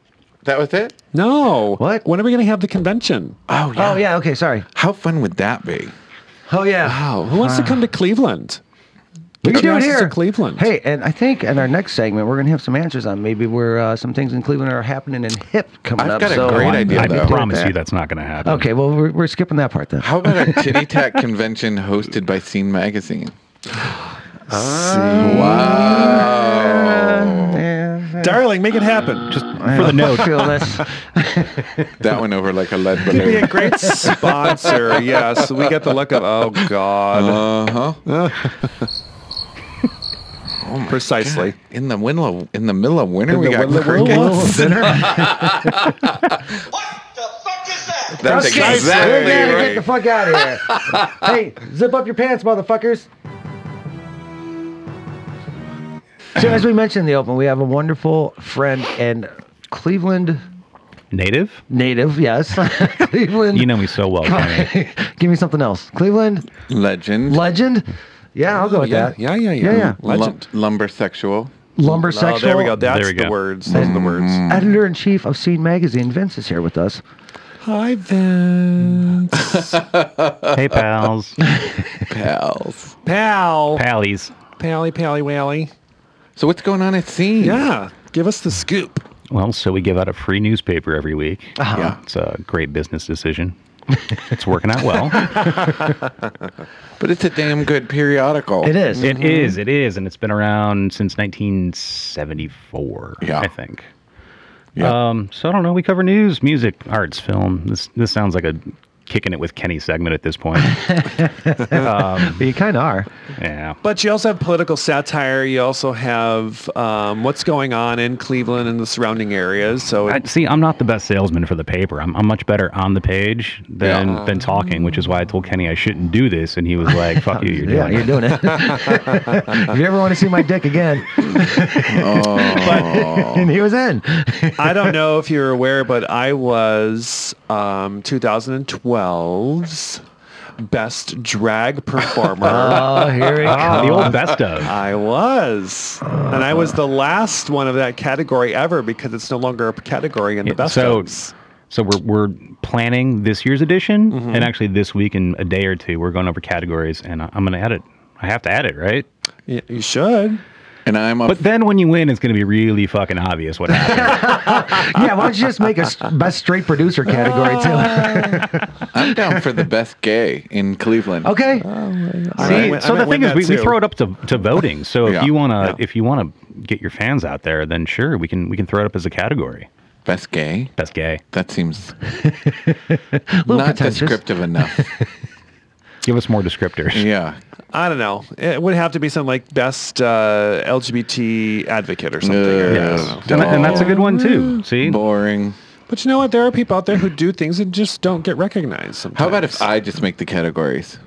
F: that was it?
D: No.
E: What?
D: When are we going to have the convention?
F: Oh
E: Oh yeah. Okay. Sorry.
F: How fun would that be?
E: Oh yeah.
D: Wow. Who wants to come to Cleveland?
E: We
D: Get
E: can do
D: your
E: it
D: asses
E: here.
D: to Cleveland.
E: Hey, and I think in our next segment we're gonna have some answers on maybe where uh, some things in Cleveland are happening in hip coming
F: I've
E: up.
F: got a
E: so
F: great
E: I'm-
F: idea,
G: I
E: I'd be
F: though.
E: cool with
G: promise
E: that.
G: you that's not going to happen.
E: Okay, well we're, we're skipping that part then.
F: How about a Titty Tack convention hosted by Scene Magazine?
D: Uh,
F: Oh.
D: Darling, make it happen. Just
G: For the note,
E: Feel this.
F: That went over like a lead
D: be a
F: balloon.
D: great sponsor. Yes. We get the look of, oh, God.
F: Uh huh.
D: Precisely.
F: In the middle of in the middle of winter,
D: In
F: we
D: the
F: got
D: middle of winter.
F: crickets.
C: What the fuck is that?
F: That's
E: Okay, we're
F: exactly
E: gonna
F: right.
E: get the fuck out of here. hey, zip up your pants, motherfuckers. So as we mentioned in the open, we have a wonderful friend and Cleveland
G: native.
E: native, yes. Cleveland.
G: You know me so well. Kenny.
E: Give me something else. Cleveland
F: Legend.
E: legend. Yeah, I'll go with
D: Oh, yeah,
E: that.
D: yeah, yeah, yeah.
E: Yeah, yeah.
D: Legend.
F: lumber sexual.
E: Lumber
D: Oh, there we go. That's
G: There we
D: the
G: go.
D: words. Those are the words.
E: Editor in chief of Scene Magazine, Vince is here with us.
D: Hi, Vince.
G: hey pals,
F: Pals.
D: Pal.
G: pallies.
D: Pally, pally, wally.
F: So what's going on at Scene?
D: Yeah. Give us the scoop.
G: Well, so we give out a free newspaper every week.
E: Uh-huh.
F: Yeah.
G: It's a great business decision. it's working out well.
F: But it's a damn good periodical.
E: It is.
G: It is. It is, and it's been around since 1974.
F: Yeah.
G: I think.
F: Yeah.
G: Um, so I don't know. We cover news, music, arts, film. This this sounds like a kicking it with Kenny segment at this point.
E: you kind of are.
G: yeah.
D: But you also have political satire. You also have um, what's going on in Cleveland and the surrounding areas. So
G: I,
D: it,
G: see, I'm not the best salesman for the paper. I'm, I'm much better on the page than than talking, which is why I told Kenny I shouldn't do this, and he was like, "Fuck you, you're
E: yeah,
G: doing
E: you're
G: it."
E: doing it. if you ever want to see my dick again, Oh. and he was in.
D: I don't know if you're aware, but I was um, 2012's best drag performer.
E: Oh, here we
G: Ah,
E: go.
G: the old best of.
D: I was, and I was the last one of that category ever because it's no longer a category in the best
G: so-
D: ofs.
G: So we're we're planning this year's edition, and actually this week in a day or two, we're going over categories, and I- I'm going to add it. I have to add it, right?
D: Y- You should.
F: And I'm a
G: But then when you win, it's going to be really fucking obvious what happened.
E: yeah, why don't you just make a s- best straight producer category too?
F: I'm down for the best gay in Cleveland.
E: okay.
D: I
G: See,
D: might win- I
G: so the
D: might win
G: thing is,
D: that
G: we, we
D: too.
G: throw it up to, to voting. So if
F: Yeah,
G: you want to,
D: yeah.
G: if you want to get your fans out there, then sure, we can we can throw it up as a category.
F: Best gay.
G: Best gay.
F: That seems
E: little
F: not
E: pretentious.
F: descriptive enough.
G: Give us more descriptors.
F: yeah.
D: I don't know. It would have to be something like best uh, LGBT advocate or something.
F: Uh,
D: or-
G: And, that- and that's a good one too. See,
F: Boring.
D: But you know what? There are people out there who do things and just don't get recognized. Sometimes.
F: How about if I just make the categories?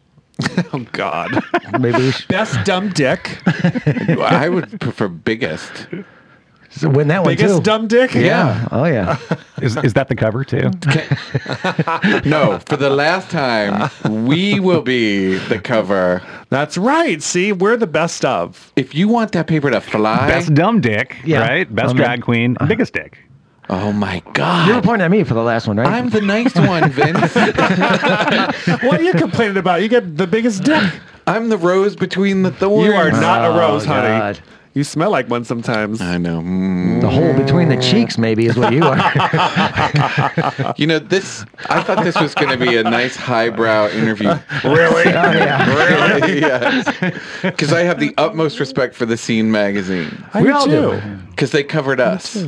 D: Oh God!
E: Maybe we should.
D: Best dumb dick.
F: I would prefer biggest.
E: So win that
D: Biggest
E: one too.
D: dumb dick.
F: Yeah.
E: Oh yeah.
G: Is, is that the cover too?
F: No, for the last time, we will be the cover.
D: That's right. See, we're the best of.
F: If you want that paper to fly,
G: Best dumb dick,
E: Yeah.
G: right? Best
E: Dumb Uh-huh.
G: drag
E: dick.
G: queen, biggest dick.
F: oh my
E: You were
F: God.
E: pointing at me for the last one, right?
F: I'm the nice one, Vince.
D: What are you complaining about? You get the biggest dick.
F: I'm the rose between the thorns.
D: You are not
E: Oh,
D: a rose, honey.
E: God.
D: You smell like one sometimes.
F: I know. Mm.
E: the hole between the cheeks, maybe, is what you are.
F: You know, this, I thought this was going to be a nice highbrow interview.
D: Really?
F: Really? yes. Because I have the utmost respect for the Scene magazine
D: I
E: We
D: do
E: all do.
D: too.
F: because they covered us.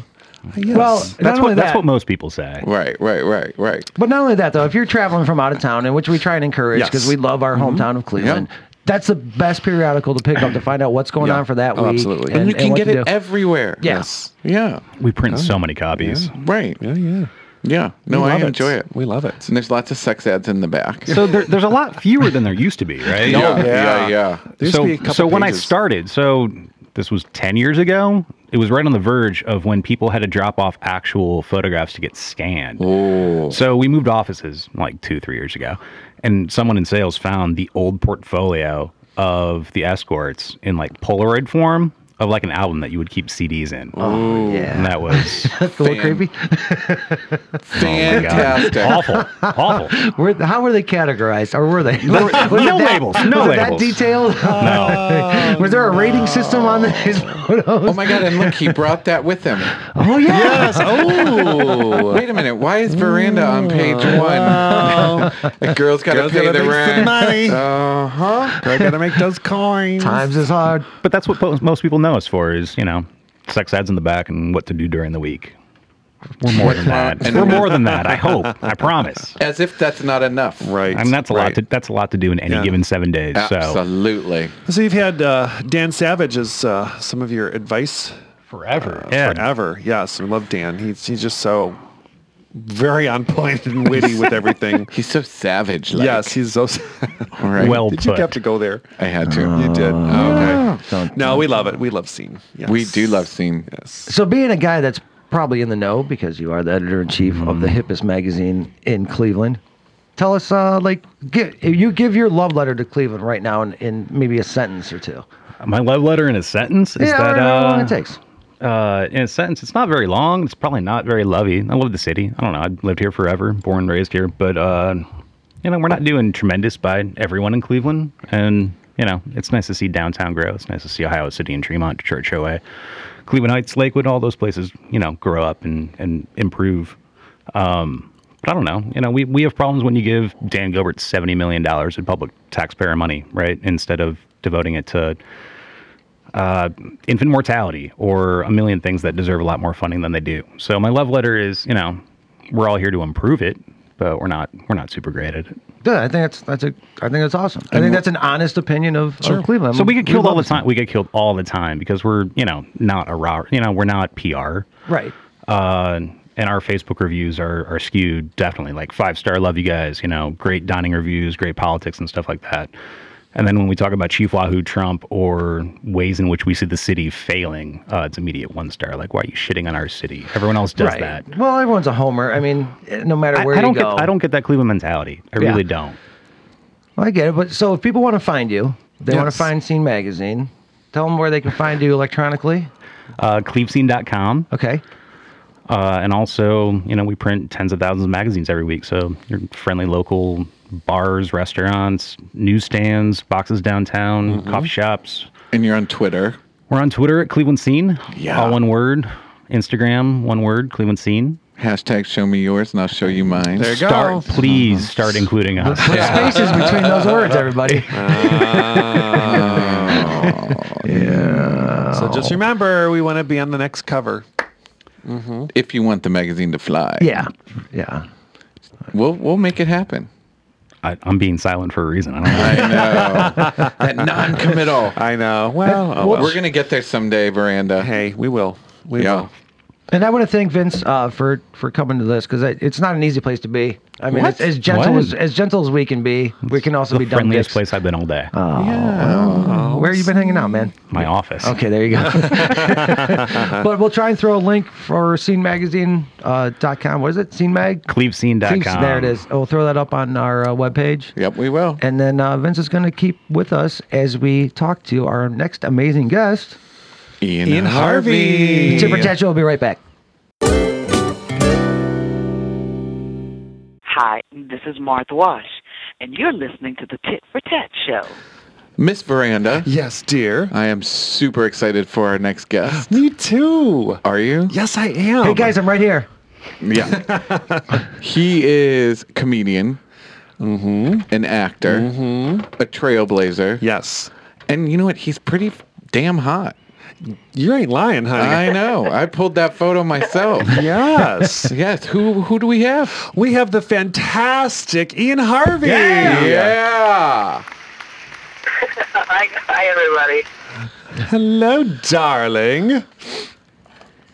D: Yes.
E: well,
G: That's
E: not only
G: what that's
E: that,
G: what most people say.
F: Right, right, right, right.
E: But not only that, though, if you're traveling from out of town, and which we try and encourage
D: Yes. Mm-hmm.
E: because we love our hometown of Cleveland, that's the best periodical to pick up to find out what's going
D: Yeah.
E: on for that
D: Oh,
E: week.
D: absolutely.
F: And, you can
E: what
F: get
E: to
F: it
E: do.
F: everywhere.
E: Yeah.
F: Yeah.
G: We print so many copies.
F: Right.
D: yeah, Oh, yeah.
F: Yeah. No,
D: We
F: I
D: love
F: enjoy it.
D: We love it.
F: And there's lots of sex ads in the back.
G: So there, there's a lot fewer than there used to be, right?
F: yeah, yeah,
D: yeah.
F: yeah.
D: There used to
G: so
D: be a couple
G: so when I
D: pages.
G: started, so this was 10 years ago, it was right on the verge of when people had to drop off actual photographs to get scanned. So we moved offices like two, three years ago, and someone in sales found the old portfolio of the escorts in like Polaroid form of like an album that you would keep CDs in. And
E: Yeah.
G: that was
E: That's a little
F: Fan-
E: creepy.
G: oh my God,
F: Fantastic.
G: awful, awful.
E: Were, how were they categorized, or were they? was it
G: no labels, no
E: was it
G: labels.
E: that detailed?
G: No,
E: was there a rating system on these
F: Oh
E: photos?
F: my god! And look, he brought that with him.
E: Oh yeah.
F: Oh, wait a minute. Why is veranda on page one? The girls gotta
D: Girls
F: pay
D: gotta
F: the
D: make some
F: rent.
D: money.
F: Uh huh.
D: I gotta make those coins.
E: Times is hard.
G: but that's what po- most people know us for is you know sex ads in the back and what to do during the week. We're more than that.
F: And-
G: We're more than that. I hope. I promise.
F: As if that's not enough.
D: Right.
G: I mean, that's a lot.
F: Right.
G: To, that's a lot to do in any
D: Yeah.
G: given seven days. So
F: Absolutely.
D: So you've had uh, Dan Savage as uh, some of your advice
G: forever,
D: forever. Yes, we love Dan. He's he's just so very on point and witty with everything.
F: He's so savage. Like.
D: yes, he's so.
F: All right.
G: Well
D: Did you
G: put.
D: have to go there?
F: I had to. Oh,
D: You did.
F: okay.
E: Don't-
D: No, we love it. We love scene. Yes.
F: We do love scene.
E: So being a guy that's probably in the know because you are the editor in chief of the hippest magazine in Cleveland, tell us uh, like give, if you give your love letter to Cleveland right now in, in maybe a sentence or two.
G: My love letter in a sentence is
E: yeah,
G: that
E: however long it
G: uh,
E: takes.
G: uh, in a sentence, it's not very long. It's probably not very lovey. I love the city. I don't know. I lived here forever, born and raised here, but uh, you know, we're not doing tremendous by everyone in Cleveland, and you know, it's nice to see downtown grow. It's nice to see Ohio City and Tremont, Church OA, Cleveland Heights, Lakewood, all those places, you know, grow up and and improve. Um, but I don't know. You know, we, we have problems when you give Dan Gilbert seventy million dollars in public taxpayer money, right? Instead of devoting it to infant mortality or a million things that deserve a lot more funding than they do. So my love letter is, you know, we're all here to improve it, but we're not we're not super great at it.
E: Yeah, I think that's that's a I think that's awesome. I think that's an honest opinion of, of Cleveland.
G: So we get killed all
E: Um, love
G: the
E: it.
G: time. We get killed all the time because we're, you know, not a raw, you know, we're not PR.
E: Right.
G: Uh, and our Facebook reviews are, are skewed definitely like five star love you guys, you know, great dining reviews, great politics and stuff like that. And then when we talk about Chief Wahoo Trump or ways in which we see the city failing, uh, it's immediate one star. Like, why are you shitting on our city? Everyone else does
E: right.
G: that.
E: Well, everyone's a homer. I mean, eh, no matter
G: I,
E: where
G: I don't
E: you go.
G: get I don't get that Cleveland mentality. I
E: Yeah.
G: really don't.
E: I get it. But so if people want to find you, they want to
D: Yes.
E: find Scene Magazine. Tell them where they can find you electronically.
G: Uh, Clevescene.com,
E: Okay.
G: uh, and also you know we print tens of thousands of magazines every week. So your friendly local bars, restaurants, newsstands, boxes downtown,
E: Mm-hmm.
G: coffee shops.
F: And you're on Twitter.
G: We're on Twitter at Cleveland Scene.
F: Yeah.
G: all one word. Instagram, one word. Cleveland Scene.
F: Hashtag show me yours and I'll show you mine.
D: There you go.
G: Start, please start including us.
E: Mm-hmm. Put spaces between those words, everybody.
D: So just remember, we want to be on the next cover.
F: If you want the magazine to fly.
E: Yeah. Yeah.
F: We'll we'll make it happen.
G: I, I'm being silent for a reason. I don't know.
F: I know. that non committal.
D: I know. Well, oh, well.
F: We're gonna get there someday, Veranda.
D: hey, we will. We
F: Yeah.
D: will.
E: And I want to thank Vince uh, for for coming to this because it's not an easy place to be. I mean, it's as gentle
G: What?
E: as, as gentle as we can be, we can also
G: the
E: be dumb
G: friendliest
E: dicks.
G: place I've been all day.
F: Yeah.
E: We're where you been hanging out, man?
G: My office.
E: Okay, there you go. but we'll try and throw a link for scenemagazine.com. Uh, dot com. what is it? Scenemag?
G: Clevescene.com.
E: Cleves- There it is. We'll throw that up on our uh, webpage.
F: Yep, we will.
E: And then uh, Vince is going to keep with us as we talk to our next amazing guest.
F: Ian,
D: Ian Harvey.
E: Tipper Tatchell will be right back.
H: Hi, this is Martha Wash, and you're listening to the Tit for Tat Show.
F: Miss Veranda,
D: Yes, dear.
F: I am super excited for our next guest.
D: Me too.
F: Are you?
D: Yes, I am.
E: Hey guys, I'm right here.
F: Yeah. he is comedian,
D: Mm-hmm.
F: an actor, a trailblazer,
D: Yes.
F: and you know what? He's pretty f- damn hot.
D: You ain't lying, honey.
F: I know. I pulled that photo myself.
D: yes.
F: Yes. Who who do we have?
D: We have the fantastic Ian Harvey.
F: Yeah.
I: Hi, hi, everybody.
D: Hello, darling.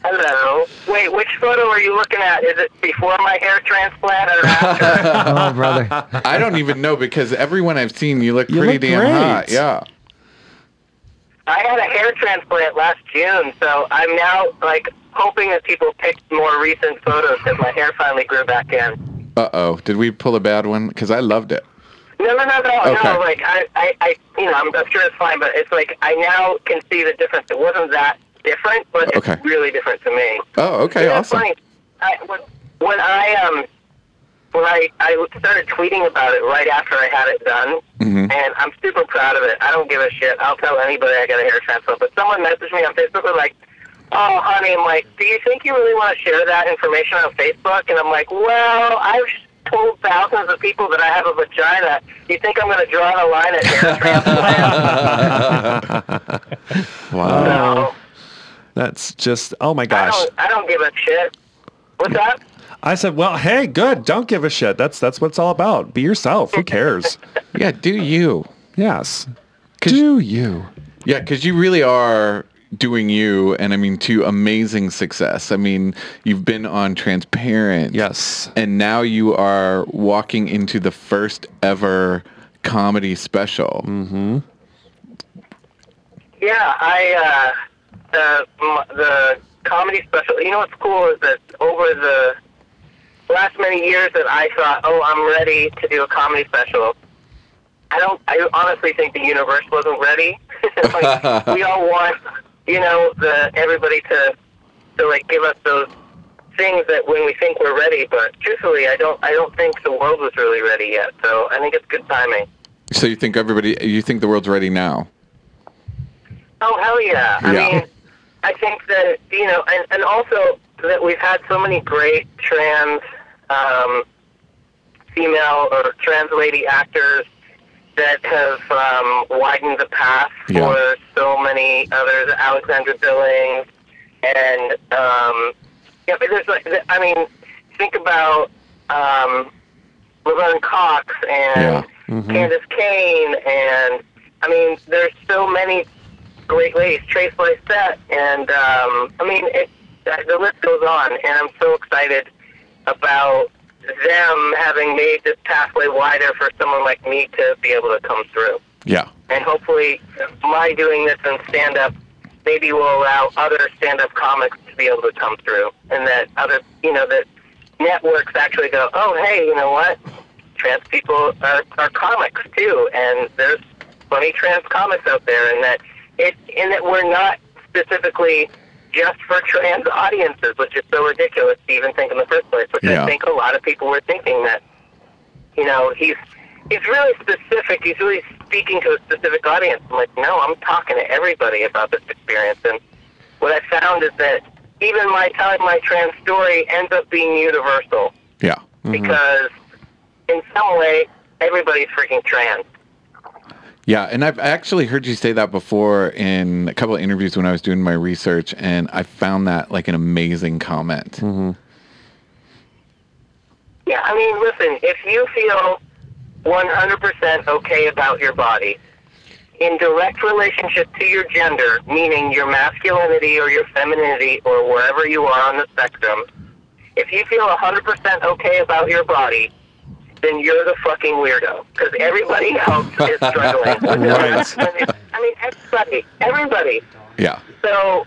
I: Hello. Wait, which photo are you looking at? Is it before my hair transplant or after?
E: Oh, brother.
F: I don't even know because everyone I've seen, you look
D: You
F: pretty
D: look
F: damn
D: great.
F: hot. Yeah.
I: I had a hair transplant last June, so I'm now like hoping that people pick more recent photos because my hair finally grew back in.
F: Uh oh. Did we pull a bad one? Because I loved it.
I: No, no, no, no,
F: Okay.
I: no. Like I, I, I, you know, I'm, I'm sure it's fine, but it's like I now can see the difference. It wasn't that different, but
F: Okay.
I: it's really different to me.
F: Oh, okay.
I: Yeah, it's
F: awesome.
I: funny. I, when, when I um, when I, I started tweeting about it right after I had it done, and I'm super proud of it. I don't give a shit. I'll tell anybody I got a hair transplant. But someone messaged me on Facebook they're like, "Oh, honey," I'm like, "Do you think you really want to share that information on Facebook?" And I'm like, "Well, I've." Told thousands of people that I have a vagina. You think I'm going to draw the line at hair transplant?
F: Wow.
I: no,
D: That's just, oh my
I: I
D: gosh.
I: don't. I don't give a shit. What's up?
D: I said, well, hey, good. Don't give a shit. That's that's what it's all about. Be yourself. Who cares?
F: Yeah. Do you?
D: yes. Do you?
F: Yeah, because you really are doing you, and I mean, to amazing success. I mean, you've been on Transparent.
D: Yes.
F: And now you are walking into the first ever comedy special.
I: Yeah, I uh, the m- the comedy special. You know what's cool is that over the last many years that I thought, oh, I'm ready to do a comedy special. I don't. I honestly think the universe wasn't ready. like, we all want, you know, the everybody to to like give us those things that when we think we're ready. But truthfully, I don't. I don't think the world was really ready yet. So I think it's good timing.
F: So you think everybody, you think the world's ready now?
I: Oh hell yeah! I
F: Yeah.
I: mean, I think that you know, and and also that we've had so many great trans um, female or trans lady actors that have um, widened the path
F: Yeah.
I: for so many others. Alexandra Billings and um, yeah, but there's like I mean, think about um, Laverne Cox and Candace Kane and I mean, there's so many great ladies, Trace Lysette, and um, I mean, it, the the list goes on, and I'm so excited about them having made this pathway wider for someone like me to be able to come through.
F: Yeah.
I: And hopefully, my doing this in stand up maybe will allow other stand up comics to be able to come through, and that other, you know, that networks actually go, oh, hey, you know what? Trans people are, are comics too, and there's plenty trans comics out there, and that it, and that we're not specifically just for trans audiences, which is so ridiculous to even think in the first place. Which
F: Yeah.
I: I think a lot of people were thinking that you know, he's he's really specific. He's really speaking to a specific audience. I'm like, no, I'm talking to everybody about this experience. And what I found is that even my time, my trans story ends up being universal
F: Yeah. Mm.
I: because in some way everybody's freaking trans.
F: Yeah, and I've actually heard you say that before in a couple of interviews when I was doing my research, and I found that like an amazing comment.
I: Yeah, I mean, listen, if you feel 100% okay about your body, in direct relationship to your gender, meaning your masculinity or your femininity or wherever you are on the spectrum, if you feel 100% okay about your body, then you're the fucking weirdo because everybody else is struggling.
D: Right.
I: I mean, everybody, everybody.
F: Yeah.
I: So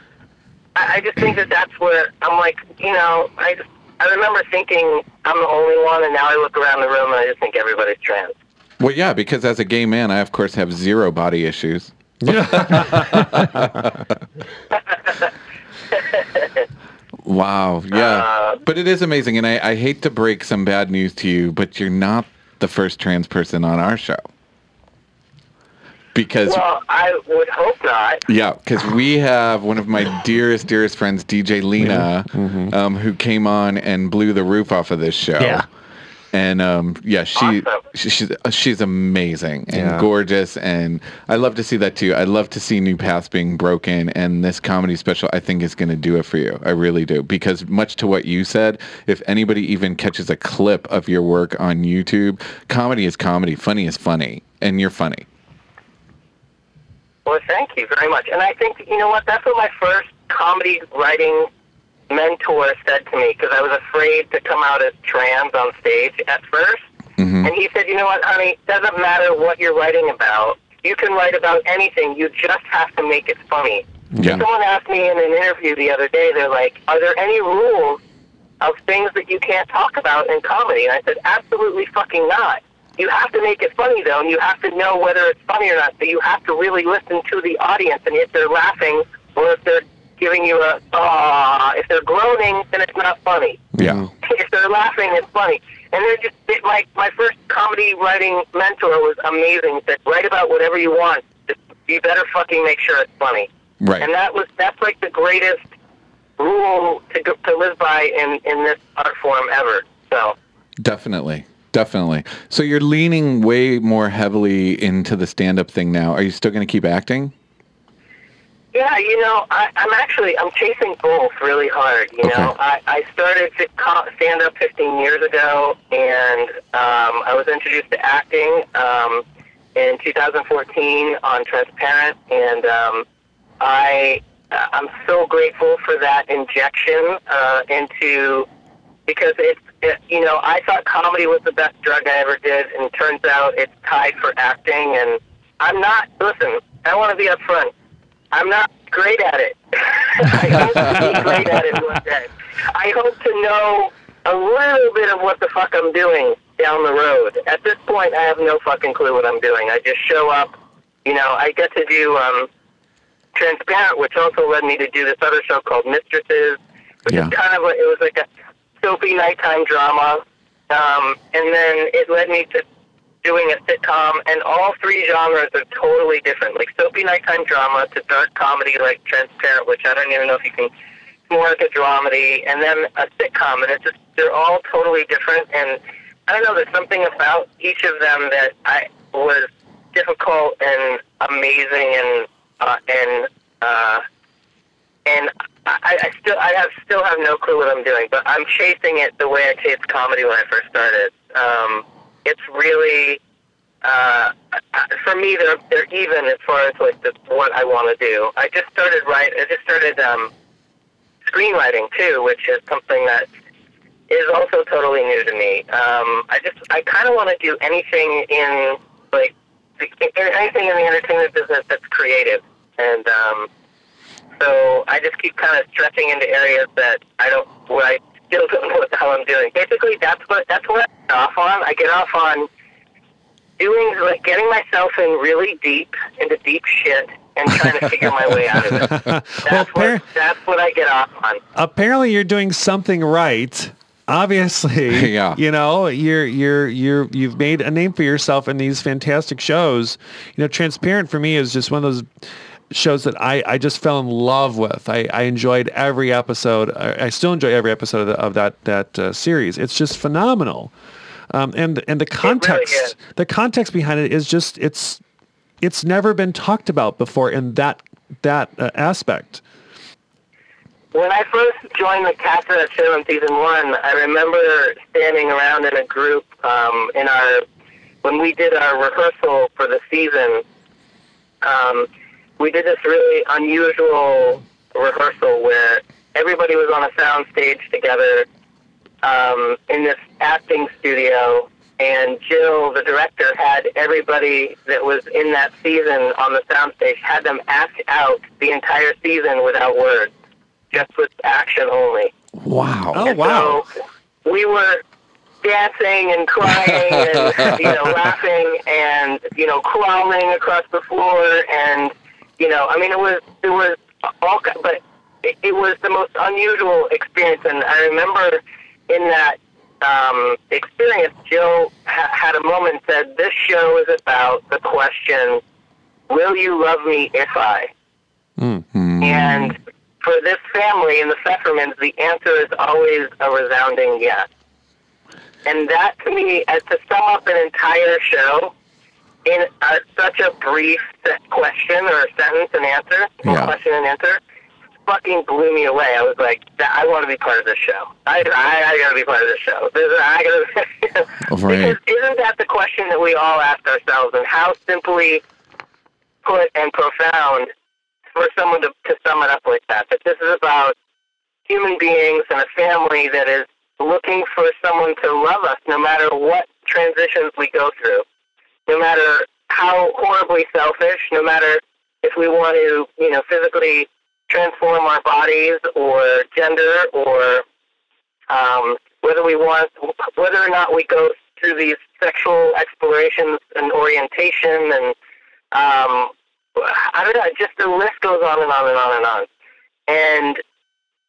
I: I, I just think that that's where I'm like, you know, I just I remember thinking I'm the only one, and now I look around the room and I just think everybody's trans.
F: Well, yeah, because as a gay man, I of course have zero body issues. wow. Yeah. but it is amazing, and I, I hate to break some bad news to you, but you're not the first trans person on our show. Because
I: Well, I would hope not.
F: Yeah, because we have one of my dearest, dearest friends, DJ Lena, um, who came on and blew the roof off of this show.
E: Yeah.
F: And um, yeah, she,
I: Awesome.
F: she she's uh, she's amazing and
E: Yeah.
F: gorgeous, and I love to see that too. I love to see new paths being broken, and this comedy special I think is going to do it for you. I really do, because much to what you said, if anybody even catches a clip of your work on YouTube, comedy is comedy, funny is funny, and you're funny.
I: Well, thank you very much. And I think, you know what, that's what my first comedy writing mentor said to me because I was afraid to come out as trans on stage at 1st And he said, you know what, honey, doesn't matter what you're writing about. You can write about anything. You just have to make it funny.
F: Yeah.
I: Someone asked me in an interview the other day, they're like, are there any rules of things that you can't talk about in comedy? And I said, absolutely fucking not. You have to make it funny, though, and you have to know whether it's funny or not. So you have to really listen to the audience, and if they're laughing or if they're giving you a, ah, if they're groaning, then it's not funny
E: Mm-hmm.
F: Yeah.
I: if they're laughing, it's funny. And they're just it, like my first comedy writing mentor was amazing. He said, write about whatever you want. Just you better fucking make sure it's funny.
F: Right.
I: And that was that's like the greatest rule to go, to live by in in this art form ever. So
F: Definitely. Definitely. So you're leaning way more heavily into the stand up thing now. Are you still going to keep acting?
I: yeah, you know, I, I'm actually I'm chasing both really hard. You know,
F: Okay.
I: I, I started stand up 15 years ago, and um, I was introduced to acting um, in 2014 on Transparent, and um, I I'm so grateful for that injection uh, into because it's it, you know I thought comedy was the best drug I ever did, and it turns out it's tied for acting, and I'm not. Listen, I want to be upfront. I'm not great at it. I hope to be great at it one day. I hope to know a little bit of what the fuck I'm doing down the road. At this point, I have no fucking clue what I'm doing. I just show up. You know, I get to do um, Transparent, which also led me to do this other show called Mistresses, which
F: Yeah.
I: is kind of a, it was like a soapy nighttime drama. Um, and then it led me to doing a sitcom, and all three genres are totally different. Like soapy nighttime drama to dark comedy, like Transparent, which I don't even know if you can. it's More like a dramedy, and then a sitcom, and it's just they're all totally different. And I don't know, there's something about each of them that I was difficult and amazing, and uh, and uh, and I, I still I have still have no clue what I'm doing, but I'm chasing it the way I chased comedy when I first started. Um, it's really uh, for me they're they're even as far as like the, what I want to do. I just started write I just started um, screenwriting too, which is something that is also totally new to me. Um, I just I kind of want to do anything in like the, in- anything in the entertainment business that's creative and. Um, so I just keep kind of stretching into areas that I don't, where I still don't know what the hell I'm doing. Basically, that's what that's what I get off on. I get off on doing like getting myself in really deep into deep shit and trying to figure my way out of it. That's
D: Well, par-
I: what that's what I get off on.
D: apparently you're doing something right. Obviously,
F: Yeah.
D: you know, you're you're you're you've made a name for yourself in these fantastic shows. You know, Transparent for me is just one of those shows that I, I just fell in love with. I, I enjoyed every episode. I, I still enjoy every episode of, the, of that that uh, series. It's just phenomenal. Um, and and the context
I: is.
D: the context behind it is just it's it's never been talked about before in that that uh, aspect.
I: When I first joined the cast of that show in season one, I remember standing around in a group um, in our when we did our rehearsal for the season. Um, we did this really unusual rehearsal where everybody was on a sound stage together um, in this acting studio, and Jill, the director, had everybody that was in that season on the soundstage had them act out the entire season without words, just with action only.
F: Wow.
D: Oh wow.
I: So we were dancing and crying and you know laughing and you know crawling across the floor and you know I mean it was it was all ki- but it, it was the most unusual experience and I remember in that um, experience Jill ha- had a moment and said this show is about the question will you love me if I and for this family in the Sacraments, the answer is always a resounding yes. And that to me, as to sum up an entire show in uh such a brief se- question or sentence and answer, or
F: Yeah.
I: question and answer, fucking blew me away. I was like, "Th- I want to be part of this show. I, I, I got to be part of this show. This, is- I gotta,
F: Oh, Right.
I: Because isn't that the question that we all ask ourselves? And how simply put and profound for someone to, to sum it up like that. That this is about human beings and a family that is looking for someone to love us no matter what transitions we go through, no matter how horribly selfish, no matter if we want to, you know, physically transform our bodies or gender or um, whether we want, whether or not we go through these sexual explorations and orientation and um, I don't know, just the list goes on and on and on and on. And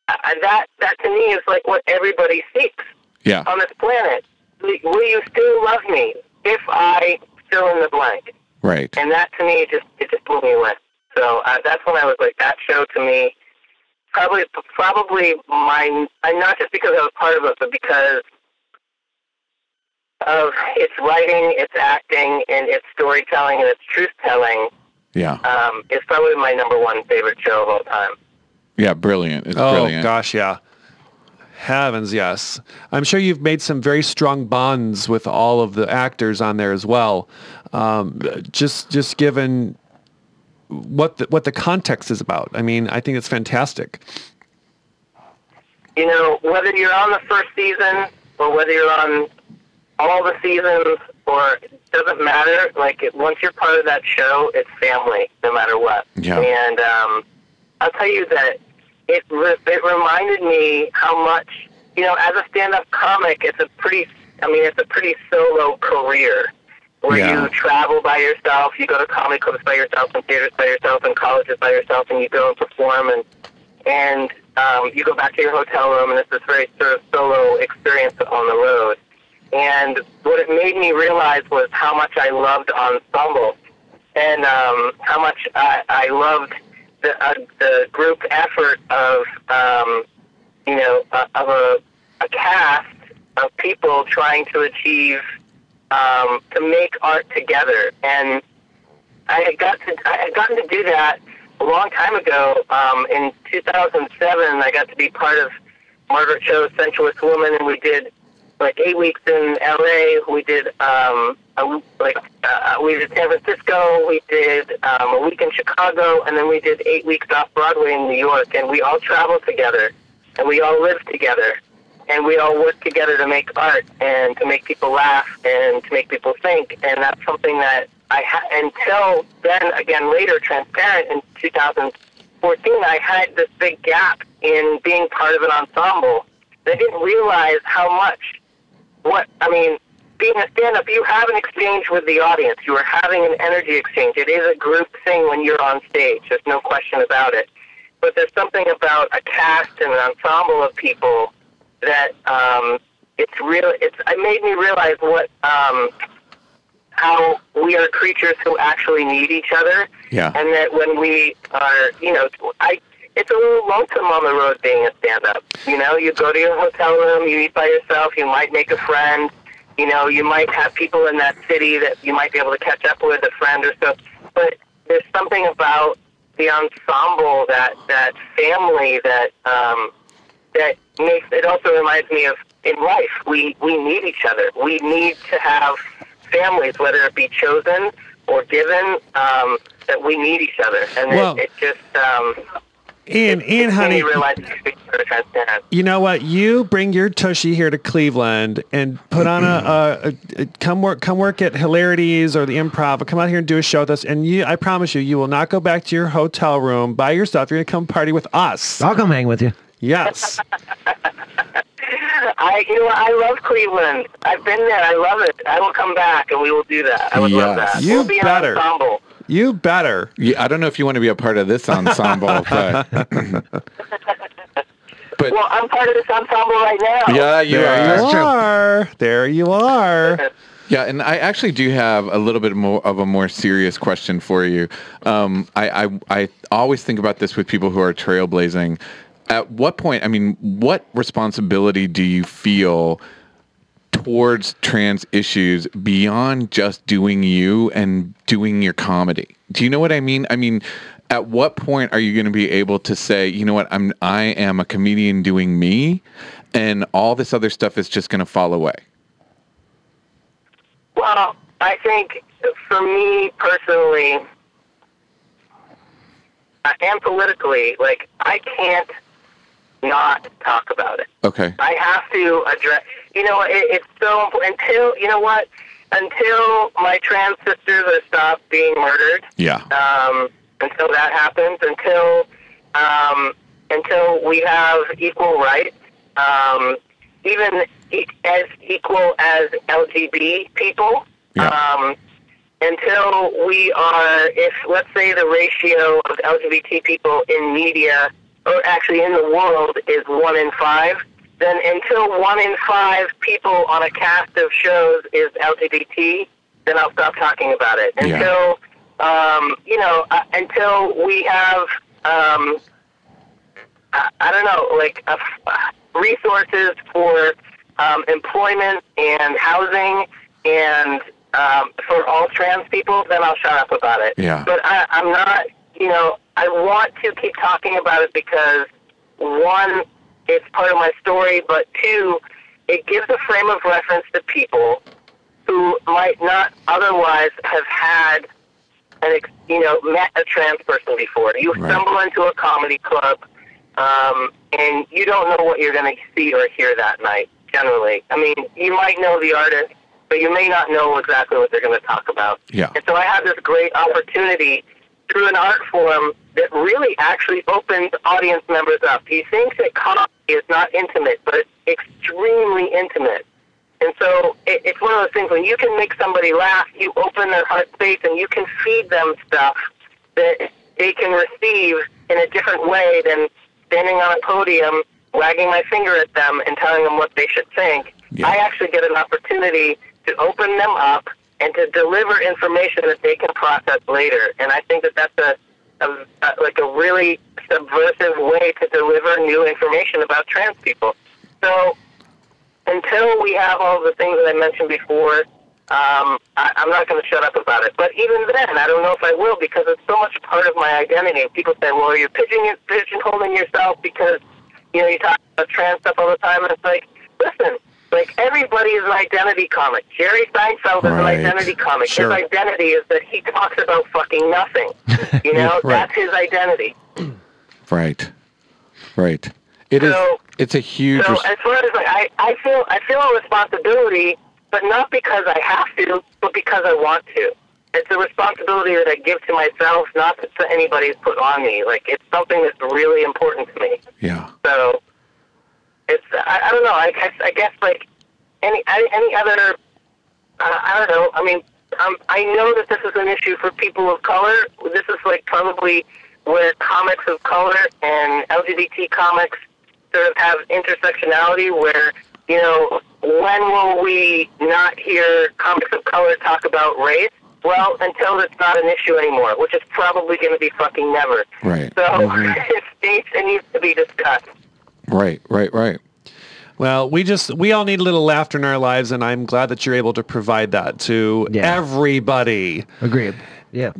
I: uh, that that to me is like what everybody seeks
F: Yeah.
I: on this planet. Will you still love me if I fill in the blank?
F: Right.
I: And that to me just it just blew me away. So uh, that's when I was like, that show to me, probably probably my and not just because I was part of it, but because of its writing, its acting, and its storytelling, and its truth telling.
F: Yeah.
I: Um, it's probably my number one favorite show of all time.
F: Yeah. Brilliant. It's
D: Oh
F: brilliant.
D: gosh, yeah. Heavens, yes. I'm sure you've made some very strong bonds with all of the actors on there as well. Um, just just given what the, what the context is about. I mean, I think it's fantastic.
I: you know, whether you're on the first season or whether you're on all the seasons or it doesn't matter. Like it, once you're part of that show, it's family, no matter what.
F: Yeah.
I: And um, I'll tell you that it re- it reminded me how much you know as a stand-up comic, it's a pretty. I mean, it's a pretty solo career where
F: Yeah.
I: you travel by yourself, you go to comedy clubs by yourself, and theaters by yourself, and colleges by yourself, and you go and perform and and um, you go back to your hotel room, and it's this very sort of solo experience on the road. And what it made me realize was how much I loved ensemble, and um, how much I, I loved the, uh, the group effort of um, you know uh, of a, a cast of people trying to achieve um, to make art together and. I had got to I had gotten to do that a long time ago. Um, in 2007, I got to be part of Margaret Cho's Sensuous Woman, and we did like eight weeks in L.A. We did um, a, like uh, we did San Francisco. We did um, a week in Chicago, and then we did eight weeks off Broadway in New York. And we all traveled together, and we all lived together. And we all worked together to make art and to make people laugh and to make people think. And that's something that I ha- until then, again later, transparent in 2014, I had this big gap in being part of an ensemble. I didn't realize how much what I mean. Being a stand-up, you have an exchange with the audience. You are having an energy exchange. It is a group thing when you're on stage. There's no question about it. But there's something about a cast and an ensemble of people that um, it's real. It's it made me realize what um, how we are creatures who actually need each other.
F: Yeah.
I: And that when we are, you know, I it's a little lonesome on the road being a stand up. You know, you go to your hotel room, you eat by yourself, you might make a friend, you know, you might have people in that city that you might be able to catch up with a friend or so. But there's something about the ensemble that that family that um that makes it also reminds me of in life we we need each other. We need to have families, whether it be chosen or given, um, that we need each other, and
D: Well-
I: it, it just um,
D: Ian, Ian,
I: Then
D: honey,
I: you realize it's super transparent.
D: you know what? You bring your tushy here to Cleveland and put on a, a, a, a come work come work at Hilarities or the Improv. Come out here and do a show with us. And you, I promise you, you will not go back to your hotel room by yourself. You're gonna come party with us.
E: I'll come hang with you.
D: Yes.
I: I, you know, I love Cleveland. I've been there. I love it. I will come back, and we will do that. I would love
F: Yes.
I: that.
D: You
I: we'll be
D: better.
I: an ensemble.
D: You better.
F: Yeah, I don't know if you want to be a part of this ensemble, but, but
I: Well, I'm part of this ensemble right now.
F: yeah, you
D: There
F: are.
D: you are. There you are.
F: Yeah, and I actually do have a little bit more of a more serious question for you. Um, I, I I always think about this with people who are trailblazing. At what point? I mean, what responsibility do you feel towards trans issues beyond just doing you and doing your comedy? Do you know what I mean? I mean. At what point are you going to be able to say, you know what, I'm I am a comedian doing me, and all this other stuff is just going to fall away?
I: Well, I think for me personally uh, and politically, like I can't not talk about it.
F: Okay.
I: I have to address. You know, it, it's so important until you know what. Until my trans sisters are stopped being murdered,
F: Yeah.
I: um, until that happens, until um, until we have equal rights, um, even e- as equal as LGB people,
F: Yeah.
I: um, until we are, if let's say the ratio of LGBT people in media, or actually in the world, is one in five. Then until one in five people on a cast of shows is LGBT, then I'll stop talking about it.
F: Yeah.
I: Until um, you know, uh, until we have, um, I, I don't know, like a f- uh, resources for um, employment and housing and um, for all trans people, then I'll shut up about it.
F: Yeah.
I: But I, I'm not, you know, I want to keep talking about it because one, it's part of my story, but two, it gives a frame of reference to people who might not otherwise have had an ex- you know met a trans person before. You
F: Right.
I: stumble into a comedy club, um, and you don't know what you're going to see or hear that night. Generally, I mean, you might know the artist, but you may not know exactly what they're going to talk about.
F: Yeah.
I: And so I had this great opportunity through an art form that really actually opens audience members up. You think that comedy is not intimate, but it's extremely intimate. And so it, it's one of those things when you can make somebody laugh, you open their heart space and you can feed them stuff that they can receive in a different way than standing on a podium, wagging my finger at them and telling them what they should think.
F: Yeah.
I: I actually get an opportunity to open them up and to deliver information that they can process later. And I think that that's a, a, a like a really subversive way to deliver new information about trans people. So until we have all the things that I mentioned before, um, I, I'm not going to shut up about it. But even then, I don't know if I will because it's so much part of my identity. And people say, "Well, you're pigeon pigeonholing yourself because you know you talk about trans stuff all the time." And it's like, listen, like everybody is an identity comic. Jerry Seinfeld is
F: Right.
I: an identity comic.
D: Sure.
I: His identity is that he talks about fucking nothing. You know, that's his identity.
F: Right. Right. It is.
I: So-
F: It's a huge.
I: So
F: res-
I: as far as like, I, I feel I feel a responsibility, but not because I have to, but because I want to. It's a responsibility that I give to myself, not that anybody's put on me. Like it's something that's really important to me.
F: yeah.
I: So it's I, I don't know. I guess I guess like any I- any other uh, I don't know. I mean, um, I know that this is an issue for people of color. This is like probably where comics of color and LGBT comics sort of have intersectionality where, you know, when will we not hear comics of color talk about race? Well, until it's not an issue anymore, which is probably going to be fucking never.
F: Right.
I: So it needs, it needs to be discussed.
F: Right. Right. Right.
D: Well, we just we all need a little laughter in our lives, and I'm glad that you're able to provide that to
E: Yeah.
D: everybody.
E: Agreed. Yeah.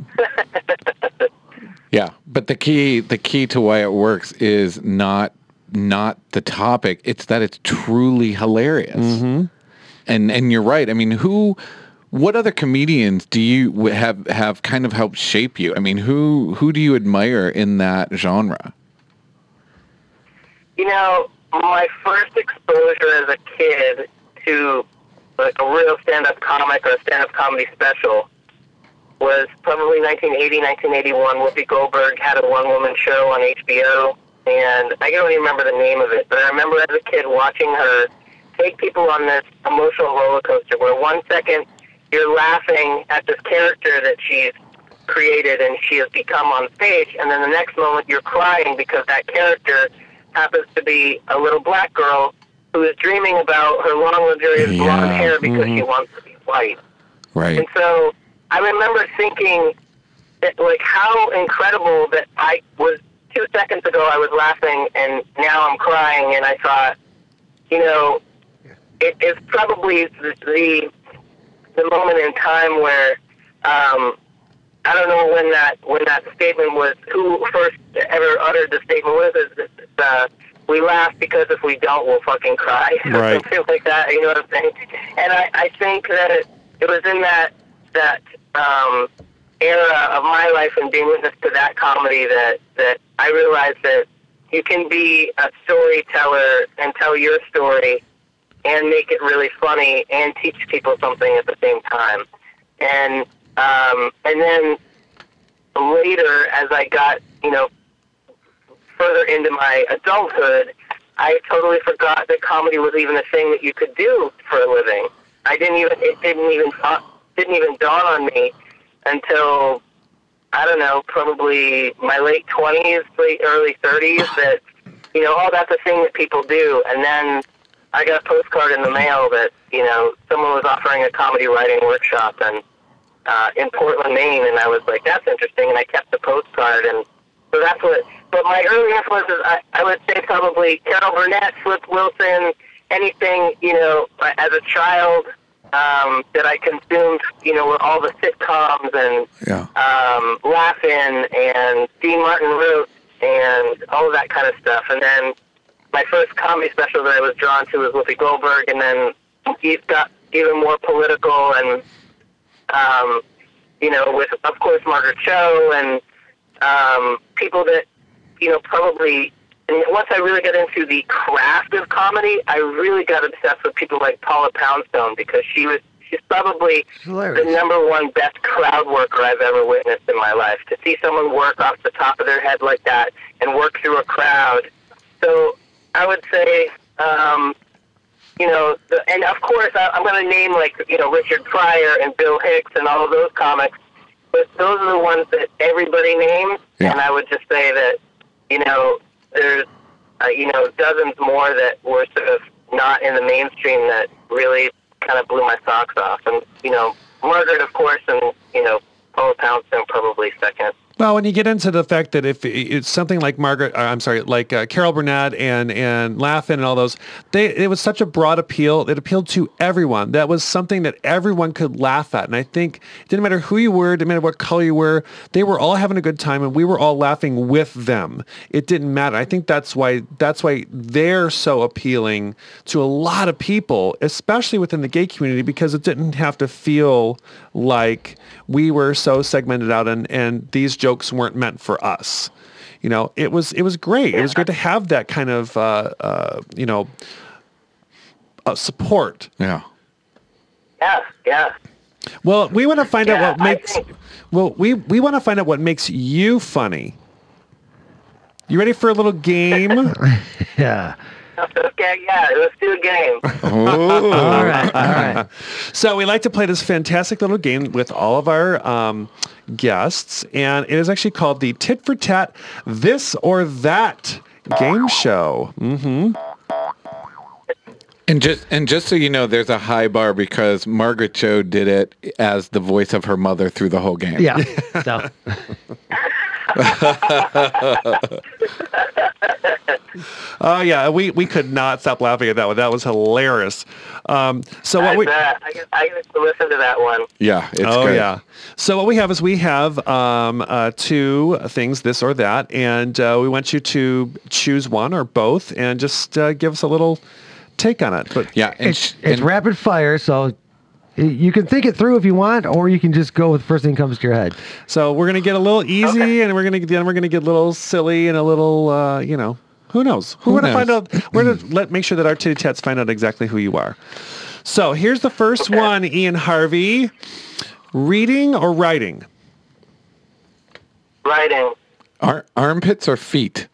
F: Yeah. But the key, the key to why it works is not not the topic. It's that it's truly hilarious.
I: Mm-hmm.
F: And and you're right. I mean, who? What other comedians do you w- have have kind of helped shape you? I mean, who who do you admire in that genre?
I: You know, my first exposure as a kid to like a real stand-up comic or a stand-up comedy special was probably 1980, 1981. Whoopi Goldberg had a one-woman show on HBO, and I don't even remember the name of it, but I remember as a kid watching her take people on this emotional roller coaster where one second you're laughing at this character that she's created and she has become on stage, and then the next moment you're crying because that character happens to be a little black girl who is dreaming about her long, luxurious blonde
F: Yeah.
I: hair because she wants to be white.
F: Right.
I: And so I remember thinking, that, like, how incredible that I was two seconds ago, I was laughing, and now I'm crying, and I thought, you know, it is probably the, the the moment in time where um, I don't know when that when that statement was who first ever uttered the statement was it uh, we laugh because if we don't we'll fucking cry or
D: Right.
I: something like that you know what I'm saying and I, I think that it, it was in that that um, era of my life and being witness to that comedy that that I realized that you can be a storyteller and tell your story and make it really funny and teach people something at the same time. And um, and then later, as I got you know further into my adulthood, I totally forgot that comedy was even a thing that you could do for a living. I didn't even it didn't even uh, didn't even dawn on me until I don't know, probably my late twenties, late early thirties. That you know, oh, that's a thing that people do. And then I got a postcard in the mail that you know someone was offering a comedy writing workshop and uh, in Portland, Maine, and I was like, that's interesting. And I kept the postcard, and so that's what. But my early influences, I, I would say probably Carol Burnett, Flip Wilson, anything you know as a child um, that I consumed, you know, were all the sitcoms and
F: Yeah.
I: um, Laughing and Dean Martin Root and all of that kind of stuff. And then my first comedy special that I was drawn to was Whoopi Goldberg, and then he got even more political and, um, you know, with, of course, Margaret Cho and um, people that, you know, probably. And once I really got into the craft of comedy, I really got obsessed with people like Paula Poundstone because she was she's probably
E: hilarious.
I: the number one best crowd worker I've ever witnessed in my life. To see someone work off the top of their head like that and work through a crowd. So I would say, um, you know, the, and of course I, I'm going to name like you know Richard Pryor and Bill Hicks and all of those comics, but those are the ones that everybody names.
F: Yeah.
I: And I would just say that you know there's uh, you know dozens more that were sort of not in the mainstream that really kind of blew my socks off. And you know Margaret, of course, and you know Paula Poundstone probably second.
D: Well, when you get into the fact that if it's something like Margaret, uh, I'm sorry, like uh, Carol Burnett and and Laugh-In and all those, they it was such a broad appeal. It appealed to everyone. That was something that everyone could laugh at. And I think it didn't matter who you were, it didn't matter what color you were, they were all having a good time, and we were all laughing with them. It didn't matter. I think that's why that's why they're so appealing to a lot of people, especially within the gay community, because it didn't have to feel like we were so segmented out and, and these jokes weren't meant for us. You know, it was it was great. It was great to have that kind of uh, uh, you know uh, support.
F: Yeah.
I: Yeah, yeah.
D: Well, we want to find
I: Yeah,
D: out what
I: I
D: makes
I: think-
D: well we we want to find out what makes you funny. You ready for a little game?
E: Yeah.
I: Okay, yeah, let's do a game.
E: All right. All right.
D: So we like to play this fantastic little game with all of our um, guests, and it is actually called the Tit for Tat This or That game show. hmm
F: And just and just so you know, there's a high bar because Margaret Cho did it as the voice of her mother through the whole game.
E: Yeah. So,
D: Oh yeah, we we could not stop laughing at that one. That was hilarious. Um, so what
I: I
D: we
I: bet. I guess I used to listen to that one.
F: Yeah. It's
D: oh
F: good.
D: yeah. So what we have is we have um, uh, two things, this or that, and uh, we want you to choose one or both, and just uh, give us a little take on it. But
F: Yeah. And,
E: it's
F: sh-
E: it's
F: and-
E: rapid fire, so you can think it through if you want, or you can just go with the first thing that comes to your head.
D: So we're gonna get a little easy, and we're gonna then we're gonna get a little silly and a little uh, you know. Who knows? Who
F: Who
D: we're gonna find
F: knows?
D: out. We're gonna let make sure that our titty tats find out exactly who you are. So here's the first one, Ian Harvey. Reading or writing?
I: Writing
F: Ar- armpits or feet?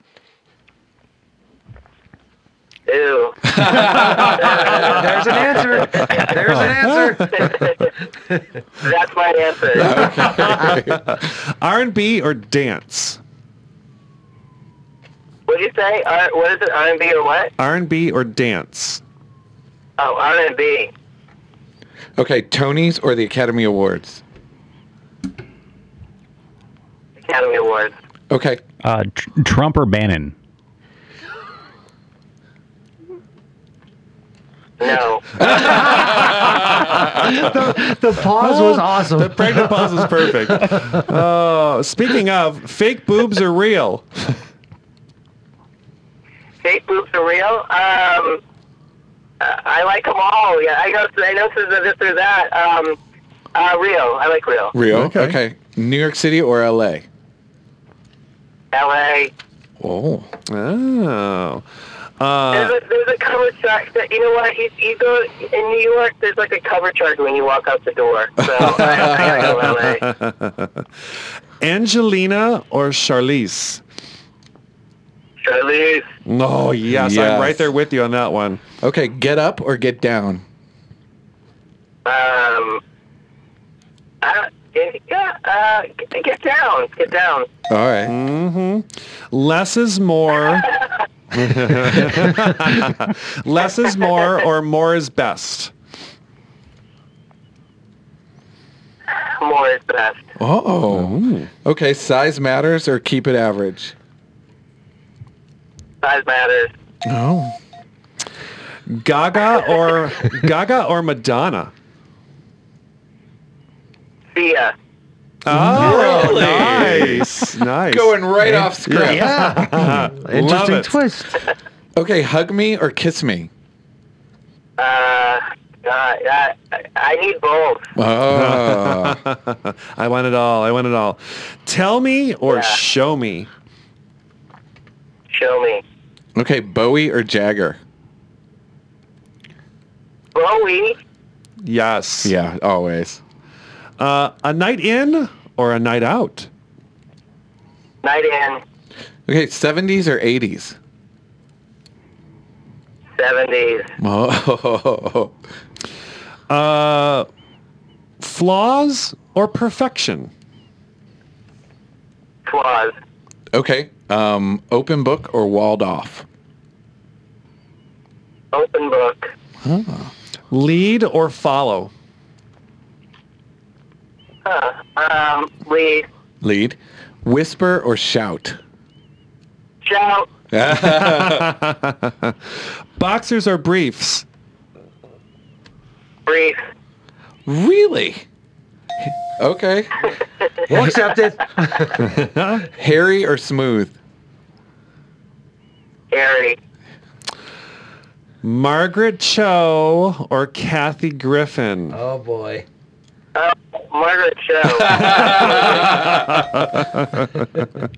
I: Ew.
E: There's an answer. There's an answer.
I: That's my answer.
D: R&B or dance?
I: what do you say? R- what is it? R and B or what?
D: R&B or dance?
I: Oh, R and B.
F: Okay, Tony's or the Academy Awards?
I: Academy Awards.
F: Okay.
G: Uh, tr- Trump or Bannon?
I: No.
E: The pause was awesome.
D: The pregnant pause is perfect. Oh, speaking of, fake boobs are real.
I: Fake boobs are real. Um, uh, I like them all. Yeah, I know. I know this or this or that. Um, uh, real. I like real.
F: Rio.
D: Okay.
F: Okay. New York City or LA?
I: L.A.
F: Oh.
D: Oh. Uh,
I: There's a, there's a cover chart. That, you know what? You, you go in New York. There's like a cover chart when you walk out the door. So I, I like L.A.
D: Angelina or Charlize?
I: Charlize.
D: No, yes,
F: Yes.
D: I'm right there with you on that one.
F: Okay, get up or get down?
I: Um, I, yeah. Uh, g- get down. Get down.
F: All right.
D: Mm-hmm. Less is more. Less is more or more is best.
I: More is best.
F: Oh. Okay, size matters or keep it average?
I: Size matters.
F: No.
D: Gaga or Gaga or Madonna?
I: See ya.
D: Oh, nice. Nice. Uh-huh.
F: Going right off script.
E: yeah. Interesting
D: it.
E: twist.
F: Okay, hug me or kiss me?
I: Uh, uh, I, I- I need both.
F: Oh.
D: I want it all. I want it all. Tell me or
I: Yeah.
D: show me.
I: Show me.
F: okay, Bowie or Jagger?
I: Bowie.
D: Yes.
F: Yeah, always.
D: Uh, a night in or a night out?
I: Night in.
F: Okay, 70s or 80s?
I: 70s.
F: Oh.
D: Uh, flaws or perfection?
I: Flaws.
F: Okay, um, open book or walled off?
I: Open book.
D: Lead or follow?
I: Um, lead.
F: Lead. Whisper or shout?
I: Shout.
D: Boxers or briefs?
I: Brief.
F: Really? Okay.
E: Accepted.
F: Hairy or smooth?
I: Harry.
D: Margaret Cho or Kathy Griffin?
E: Oh boy.
I: Oh, Margaret Show.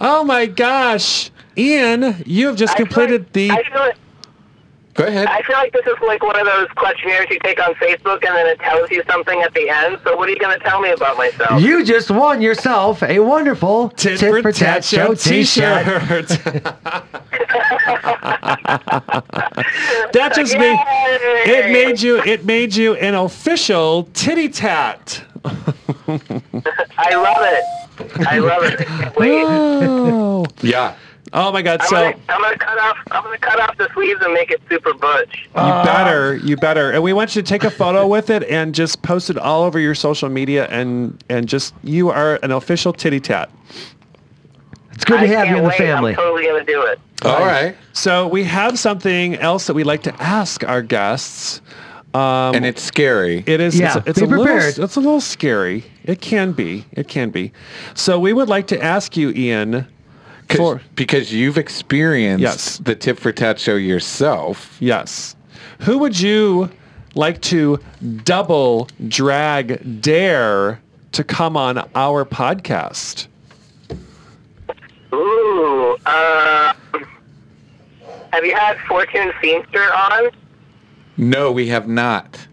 D: Oh my gosh. Ian, you have just completed
I: I
D: the.
I: feel like, I feel like-
F: Go ahead.
I: I feel like this is like one of those questionnaires you take on Facebook and then it tells you something at the end. So what are you going to tell me about myself?
E: You just won yourself a wonderful
D: Tit
E: Tit, for Tat, Show T-shirt.
D: that just made
I: Yay!
D: it made you it made you an official titty tat.
I: I love it. I love it. I can't Wait.
D: Oh.
F: yeah.
D: Oh my god,
I: I'm
D: so
I: gonna, I'm gonna cut off. I'm gonna cut off the sleeves and make it super butch.
E: Um,
D: you better, you better. And we want you to take a photo with it and just post it all over your social media and and just you are an official titty tat.
E: It's good to
I: I
E: have
I: can't
E: you in the
I: wait.
E: family.
I: I'm totally gonna do it.
D: Um,
F: All right.
D: So we have something else that we like to ask our guests. Um,
F: And it's scary.
D: It is.
E: Yeah,
D: it's, it's
E: be
D: a
E: prepared.
D: little. It's a little scary. It can be. It can be. So we would like to ask you, Ian.
F: Cause,
D: For
F: because you've experienced
D: Yes.
F: the tip for tat show yourself.
D: yes, who would you like to double drag dare to come on our podcast?
I: Ooh. Uh, have you had Fortune Feimster on?
F: No, we have not.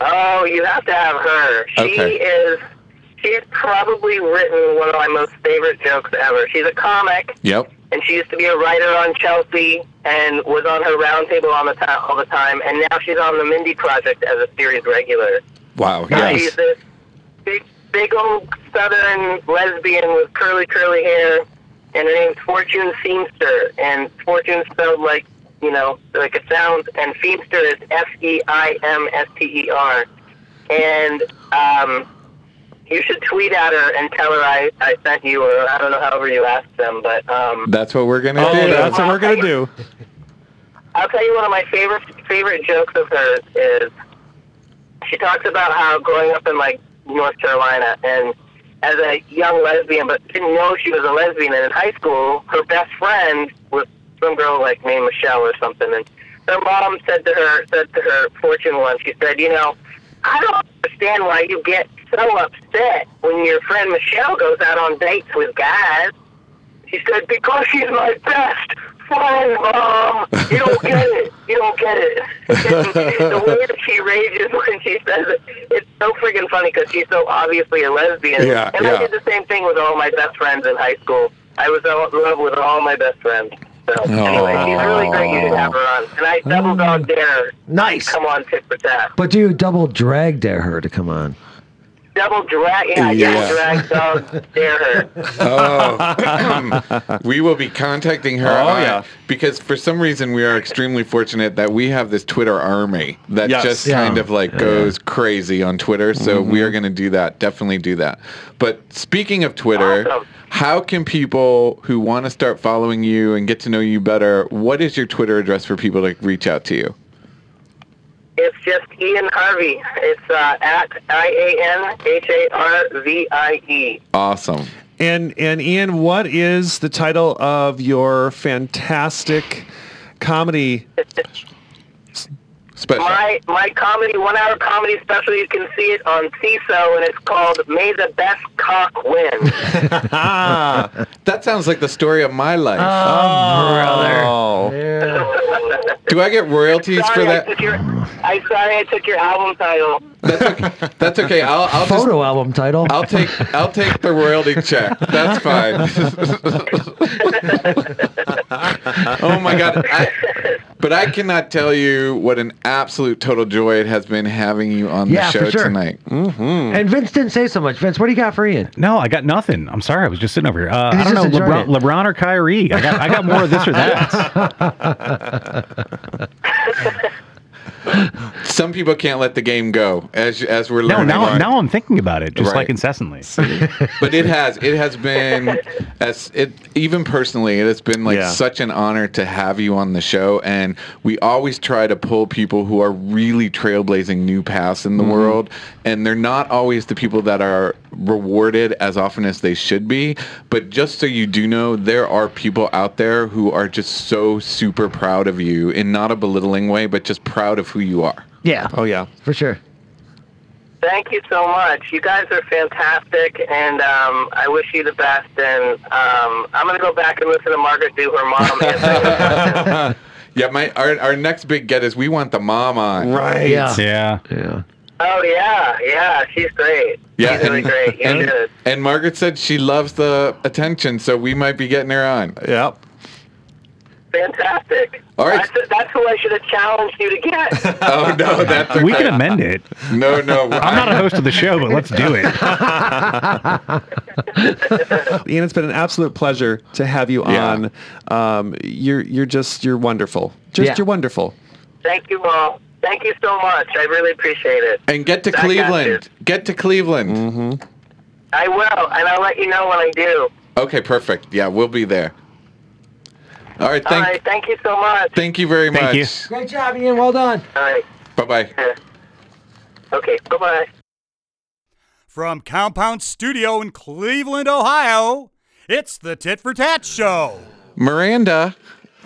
I: Oh, you have to have her. She
F: Okay.
I: is. She's probably written one of my most favorite jokes ever. She's a comic,
F: Yep.
I: and she used to be a writer on Chelsea, and was on her roundtable on the ti all the time. And now she's on the Mindy Project as a series regular.
F: Wow.
I: She's
F: Yes.
I: this big, big old southern lesbian with curly, curly hair, and her name's Fortune Seamster. And Fortune spelled like, you know, like it sounds, and Seamster is F E I M S T E R. And um, you should tweet at her and tell her I, I sent you, or I don't know, however you asked them, but. Um,
F: That's what we're gonna
D: Oh,
F: do.
D: that's what we're gonna do.
I: I'll tell you one of my favorite favorite jokes of hers is she talks about how growing up in like North Carolina and as a young lesbian, but didn't know she was a lesbian. And in high school, her best friend was some girl like named Michelle or something. And her mom said to her, said to her fortune once, she said, you know, I don't understand why you get so upset when your friend Michelle goes out on dates with guys. She said, because she's my best friend, Mom. You don't get it. You don't get it. the way that she rages when she says it, it's so freaking funny because she's so obviously a lesbian.
F: Yeah,
I: and
F: yeah.
I: I did the same thing with all my best friends in high school. I was all in love with all my best friends. So anyway, she's really great. You should have her on. And I double dog dare.
E: Nice.
I: Come on, tit for tat.
E: But do you double drag dare her to come on?
I: Double drag. Yeah,
F: Yeah.
I: double drag dog dare her.
F: Oh, we will be contacting her.
D: Oh,
F: on it
D: yeah.
F: because for some reason we are extremely fortunate that we have this Twitter army that
D: Yes.
F: just
E: Yeah.
F: kind of like goes crazy on Twitter. So
D: Mm-hmm.
F: we are going to do that. Definitely do that. But speaking of Twitter,
I: Awesome.
F: how can people who want to start following you and get to know you better? What is your Twitter address for people to reach out to you?
I: It's just Ian Harvey. It's uh, at I A N H A R V I E.
F: Awesome.
D: And and Ian, what is the title of your fantastic comedy?
F: Special.
I: My my comedy, one hour comedy special. You can see it on CISO, and it's called "May the Best Cock Win."
D: Ah,
F: that sounds like the story of my life.
D: oh,
E: Yeah.
F: do I get royalties for
I: sorry, I took
F: that?
I: your. I'm sorry, I took your album title.
F: That's okay. I'll, I'll just
E: Photo album title.
F: I'll take I'll take the royalty check. That's fine. oh my god! I, but I cannot tell you what an absolute total joy it has been having you on
E: Yeah,
F: the
E: for
F: show
E: sure.
F: tonight.
E: and Vince didn't say so much. Vince, what do you got for Ian?
G: No, I got nothing. I'm sorry. I was just sitting over here. Uh, I
E: He's
G: don't know
E: just
G: LeBron,
E: enjoying it.
G: LeBron or Kyrie. I got I got more of this or that.
F: Some people can't let the game go as as we're
G: No,
F: learning.
G: now
F: right?
G: now I'm thinking about it, just
F: Right.
G: like incessantly.
F: but it has it has been as it even personally it has been like
D: Yeah.
F: such an honor to have you on the show and we always try to pull people who are really trailblazing new paths in the world and they're not always the people that are rewarded as often as they should be but just so you do know there are people out there who are just so super proud of you in not a belittling way but just proud of who you are
E: Yeah,
D: oh yeah.
E: for sure.
I: Thank you so much. You guys are fantastic, and um, I wish you the best. And um, I'm gonna go back and listen to Margaret do her mom. and-
F: yeah my our, our next big get is we want the mom on
D: Right.
E: Yeah.
G: Yeah.
E: Yeah.
I: oh yeah, yeah, she's great.
F: Yeah,
I: she's really great. You
F: and,
I: should.
F: and Margaret said she loves the attention, so we might be getting her on.
D: Yep.
I: Fantastic.
F: All right.
I: That's, that's who I should have challenged you to get.
F: Oh no, that's okay.
G: We can amend it.
F: No, no,
G: I'm not a host of the show, but let's do it.
D: Ian, it's been an absolute pleasure to have you
F: Yeah.
D: on. Um, you're you're just you're wonderful. Just
E: Yeah.
D: you're wonderful.
I: Thank you all. Thank you so much. I really appreciate it.
F: And get to
I: I got
F: Cleveland. Get to Cleveland.
I: I will, and I'll let you know when I do.
F: Okay, perfect. Yeah, we'll be there. All right,
I: all
F: thank
I: right. Thank you so much.
F: thank you very
G: Thank you.
F: much.
E: Great job, Ian. Well done.
I: all right.
F: Bye bye.
I: Okay. Bye bye.
J: From Compound Studio in Cleveland, Ohio, it's the Tit for Tat Show.
F: Miranda.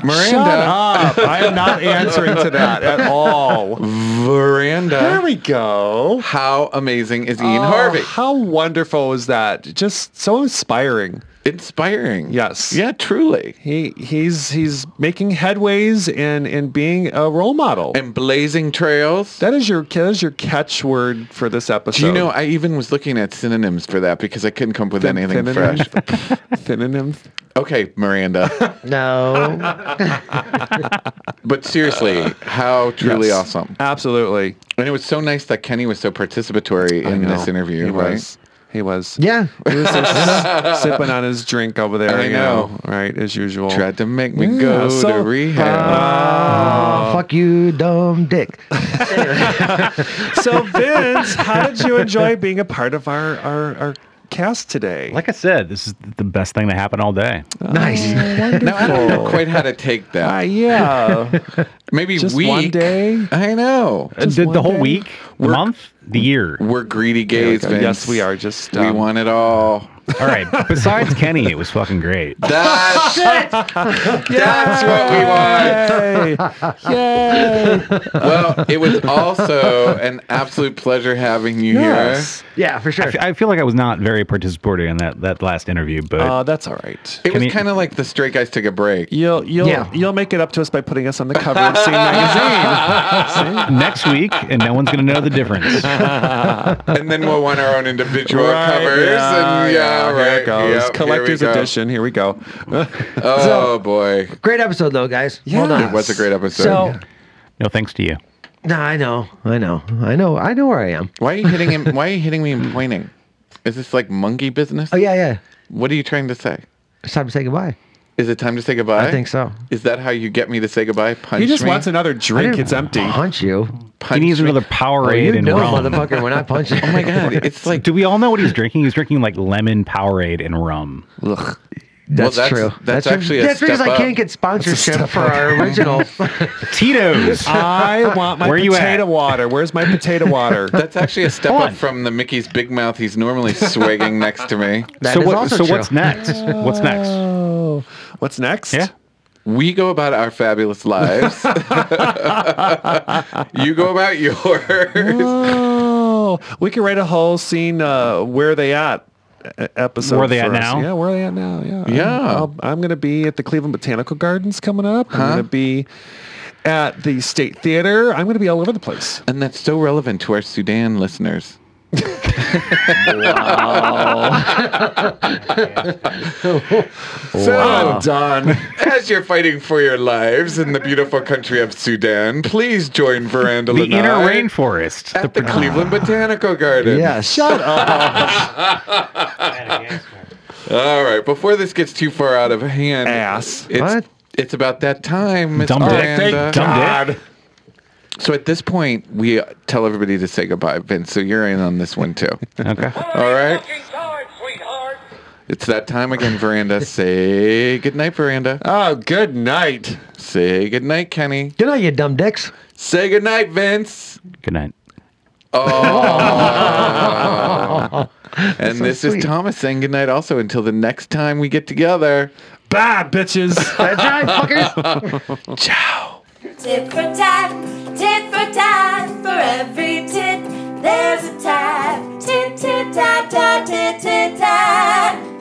F: Miranda.
D: up. I am not answering to that at all. There
F: Miranda.
D: we go.
F: How amazing is Ian
D: Oh,
F: Harvey?
D: How wonderful is that? Just so inspiring.
F: inspiring.
D: Yes.
F: Yeah, truly.
D: He he's he's making headways and and being a role model.
F: And blazing trails.
D: that is your that is your catchword for this episode.
F: Do you know, I even was looking at synonyms for that because I couldn't come up with anything fresh.
D: fresh? synonyms.
F: Okay, Miranda.
E: No.
F: but seriously, how truly
D: Yes.
F: awesome.
D: Absolutely.
F: And it was so nice that Kenny was so participatory in this interview,
D: he
F: right?
D: was. He was.
E: yeah.
D: He was just sipping on his drink over there.
F: I
D: you
F: know.
D: Right as usual. Uh,
F: Tried to make me
D: Yeah,
F: go
D: so-
F: to rehab. Uh,
E: Oh, fuck you, dumb dick.
D: So Vince, how did you enjoy being a part of our our, our cast today?
G: Like I said, this is the best thing that happened all day.
E: nice.
F: now I don't know quite how to take
D: Ah,
F: that.
D: yeah.
F: Maybe
D: Just
F: week.
D: one day.
F: I know.
G: Uh, the,
D: one
G: the whole
D: day?
G: week, the
F: Work-
G: month, the year.
F: We're greedy gays,
D: Okay.
F: Vince.
D: Yes, we are just.
F: we
D: um,
F: want it all.
G: All right. Besides Kenny, it was fucking great.
F: That's, that's what we want.
D: Yay! Yay!
F: Well, it was also an absolute pleasure having you
D: Yes.
E: Yeah, for sure.
G: I feel like I was not very participatory in that, that last interview, but
D: Uh, that's all right.
F: here. It
G: Can
F: was
G: you-
F: kind of like the straight guys took a break.
D: You'll you'll
E: Yeah.
D: you'll make it up to us by putting us on the cover of Scene magazine.
F: Uh,
D: See?
G: next week, and no one's going to know the difference.
F: And then we'll want our own individual
D: Right,
F: covers.
D: yeah,
F: and yeah,
D: yeah,
F: right.
D: Here it goes.
F: yep, here we
D: Collector's
F: go.
D: edition. Here we go.
F: Oh, boy.
E: Great episode, though, guys. Well
D: Yes.
E: done.
F: It was a great episode.
E: So,
G: No thanks to you.
E: no, I know, I know, I know, I know where I am.
F: Why are you hitting him? Why are you hitting me and pointing? Is this like monkey business?
E: Oh yeah, yeah.
F: What are you trying to say?
E: It's time to say goodbye.
F: Is it time to say goodbye?
E: I think so.
F: Is that how you get me to say goodbye? Punch
D: He just
F: me?
D: wants another
E: I
D: drink.
E: didn't
D: It's empty.
E: Punch you.
F: punch
G: he needs
F: me?
G: another
E: Oh,
G: Powerade
E: you
G: and
E: know,
G: rum.
E: motherfucker, when I punch you.
F: Oh my god! It's like
G: Do we all know what he's drinking? He's drinking like lemon Powerade and rum.
D: Ugh.
E: That's,
F: that's-
E: true.
F: that's actually a
E: that's because
F: step
E: I
F: up.
E: can't get sponsorship for our original.
G: Tito's.
E: Uh,
D: I want my
G: Where you
D: potato
G: at?
D: water. Where's my potato water?
F: that's actually a step
G: Hold
F: up
G: on.
F: from the Mickey's Big Mouth he's normally swagging next to me.
E: That
G: so
E: is
G: what,
E: also
G: so
E: true.
G: what's next? What's next?
D: oh, what's next?
G: Yeah.
F: We go about our fabulous lives. you go about yours.
D: Oh, we could write a whole scene. Uh, where are they at? e- Episode.
G: Where are they at
D: first.
G: now?
D: Yeah, where are they at now? Yeah, I'm-
F: Yeah.
D: I'll, I'm going to be at the Cleveland Botanical Gardens coming up. I'm going to be at the State Theater. I'm going to be all over the place.
F: And that's so relevant to our Sudan listeners.
D: I'm done.
F: As you're fighting for your lives in the beautiful country of Sudan, please join Veranda
G: The
F: Lanai
G: inner rainforest.
F: at the Cleveland Botanical Garden.
E: yes.
F: All right. Before this gets too far out of hand,
D: Ass. uh,
F: It's,
E: What?
F: It's about that time, Miss
G: Dumb dick.
F: Miranda.
G: Dumb dick.
F: So at this point, we tell everybody to say goodbye, Vince. So you're in on this one too.
G: Okay.
F: All right. It's that time again, Veranda. Say goodnight, Veranda.
D: Oh, good night.
F: Say goodnight, Kenny.
E: Good night, you dumb dicks.
F: Say goodnight, Vince.
G: Good night.
F: And
E: so
F: this
E: sweet.
F: is Thomas saying goodnight also until the next time we get together.
D: Bye, bitches.
E: That's right, fuckers.
B: Tit for tat, tit for tat, for every tit, there's a tat. Tit, tit, tat, tat, tit, tit, tat.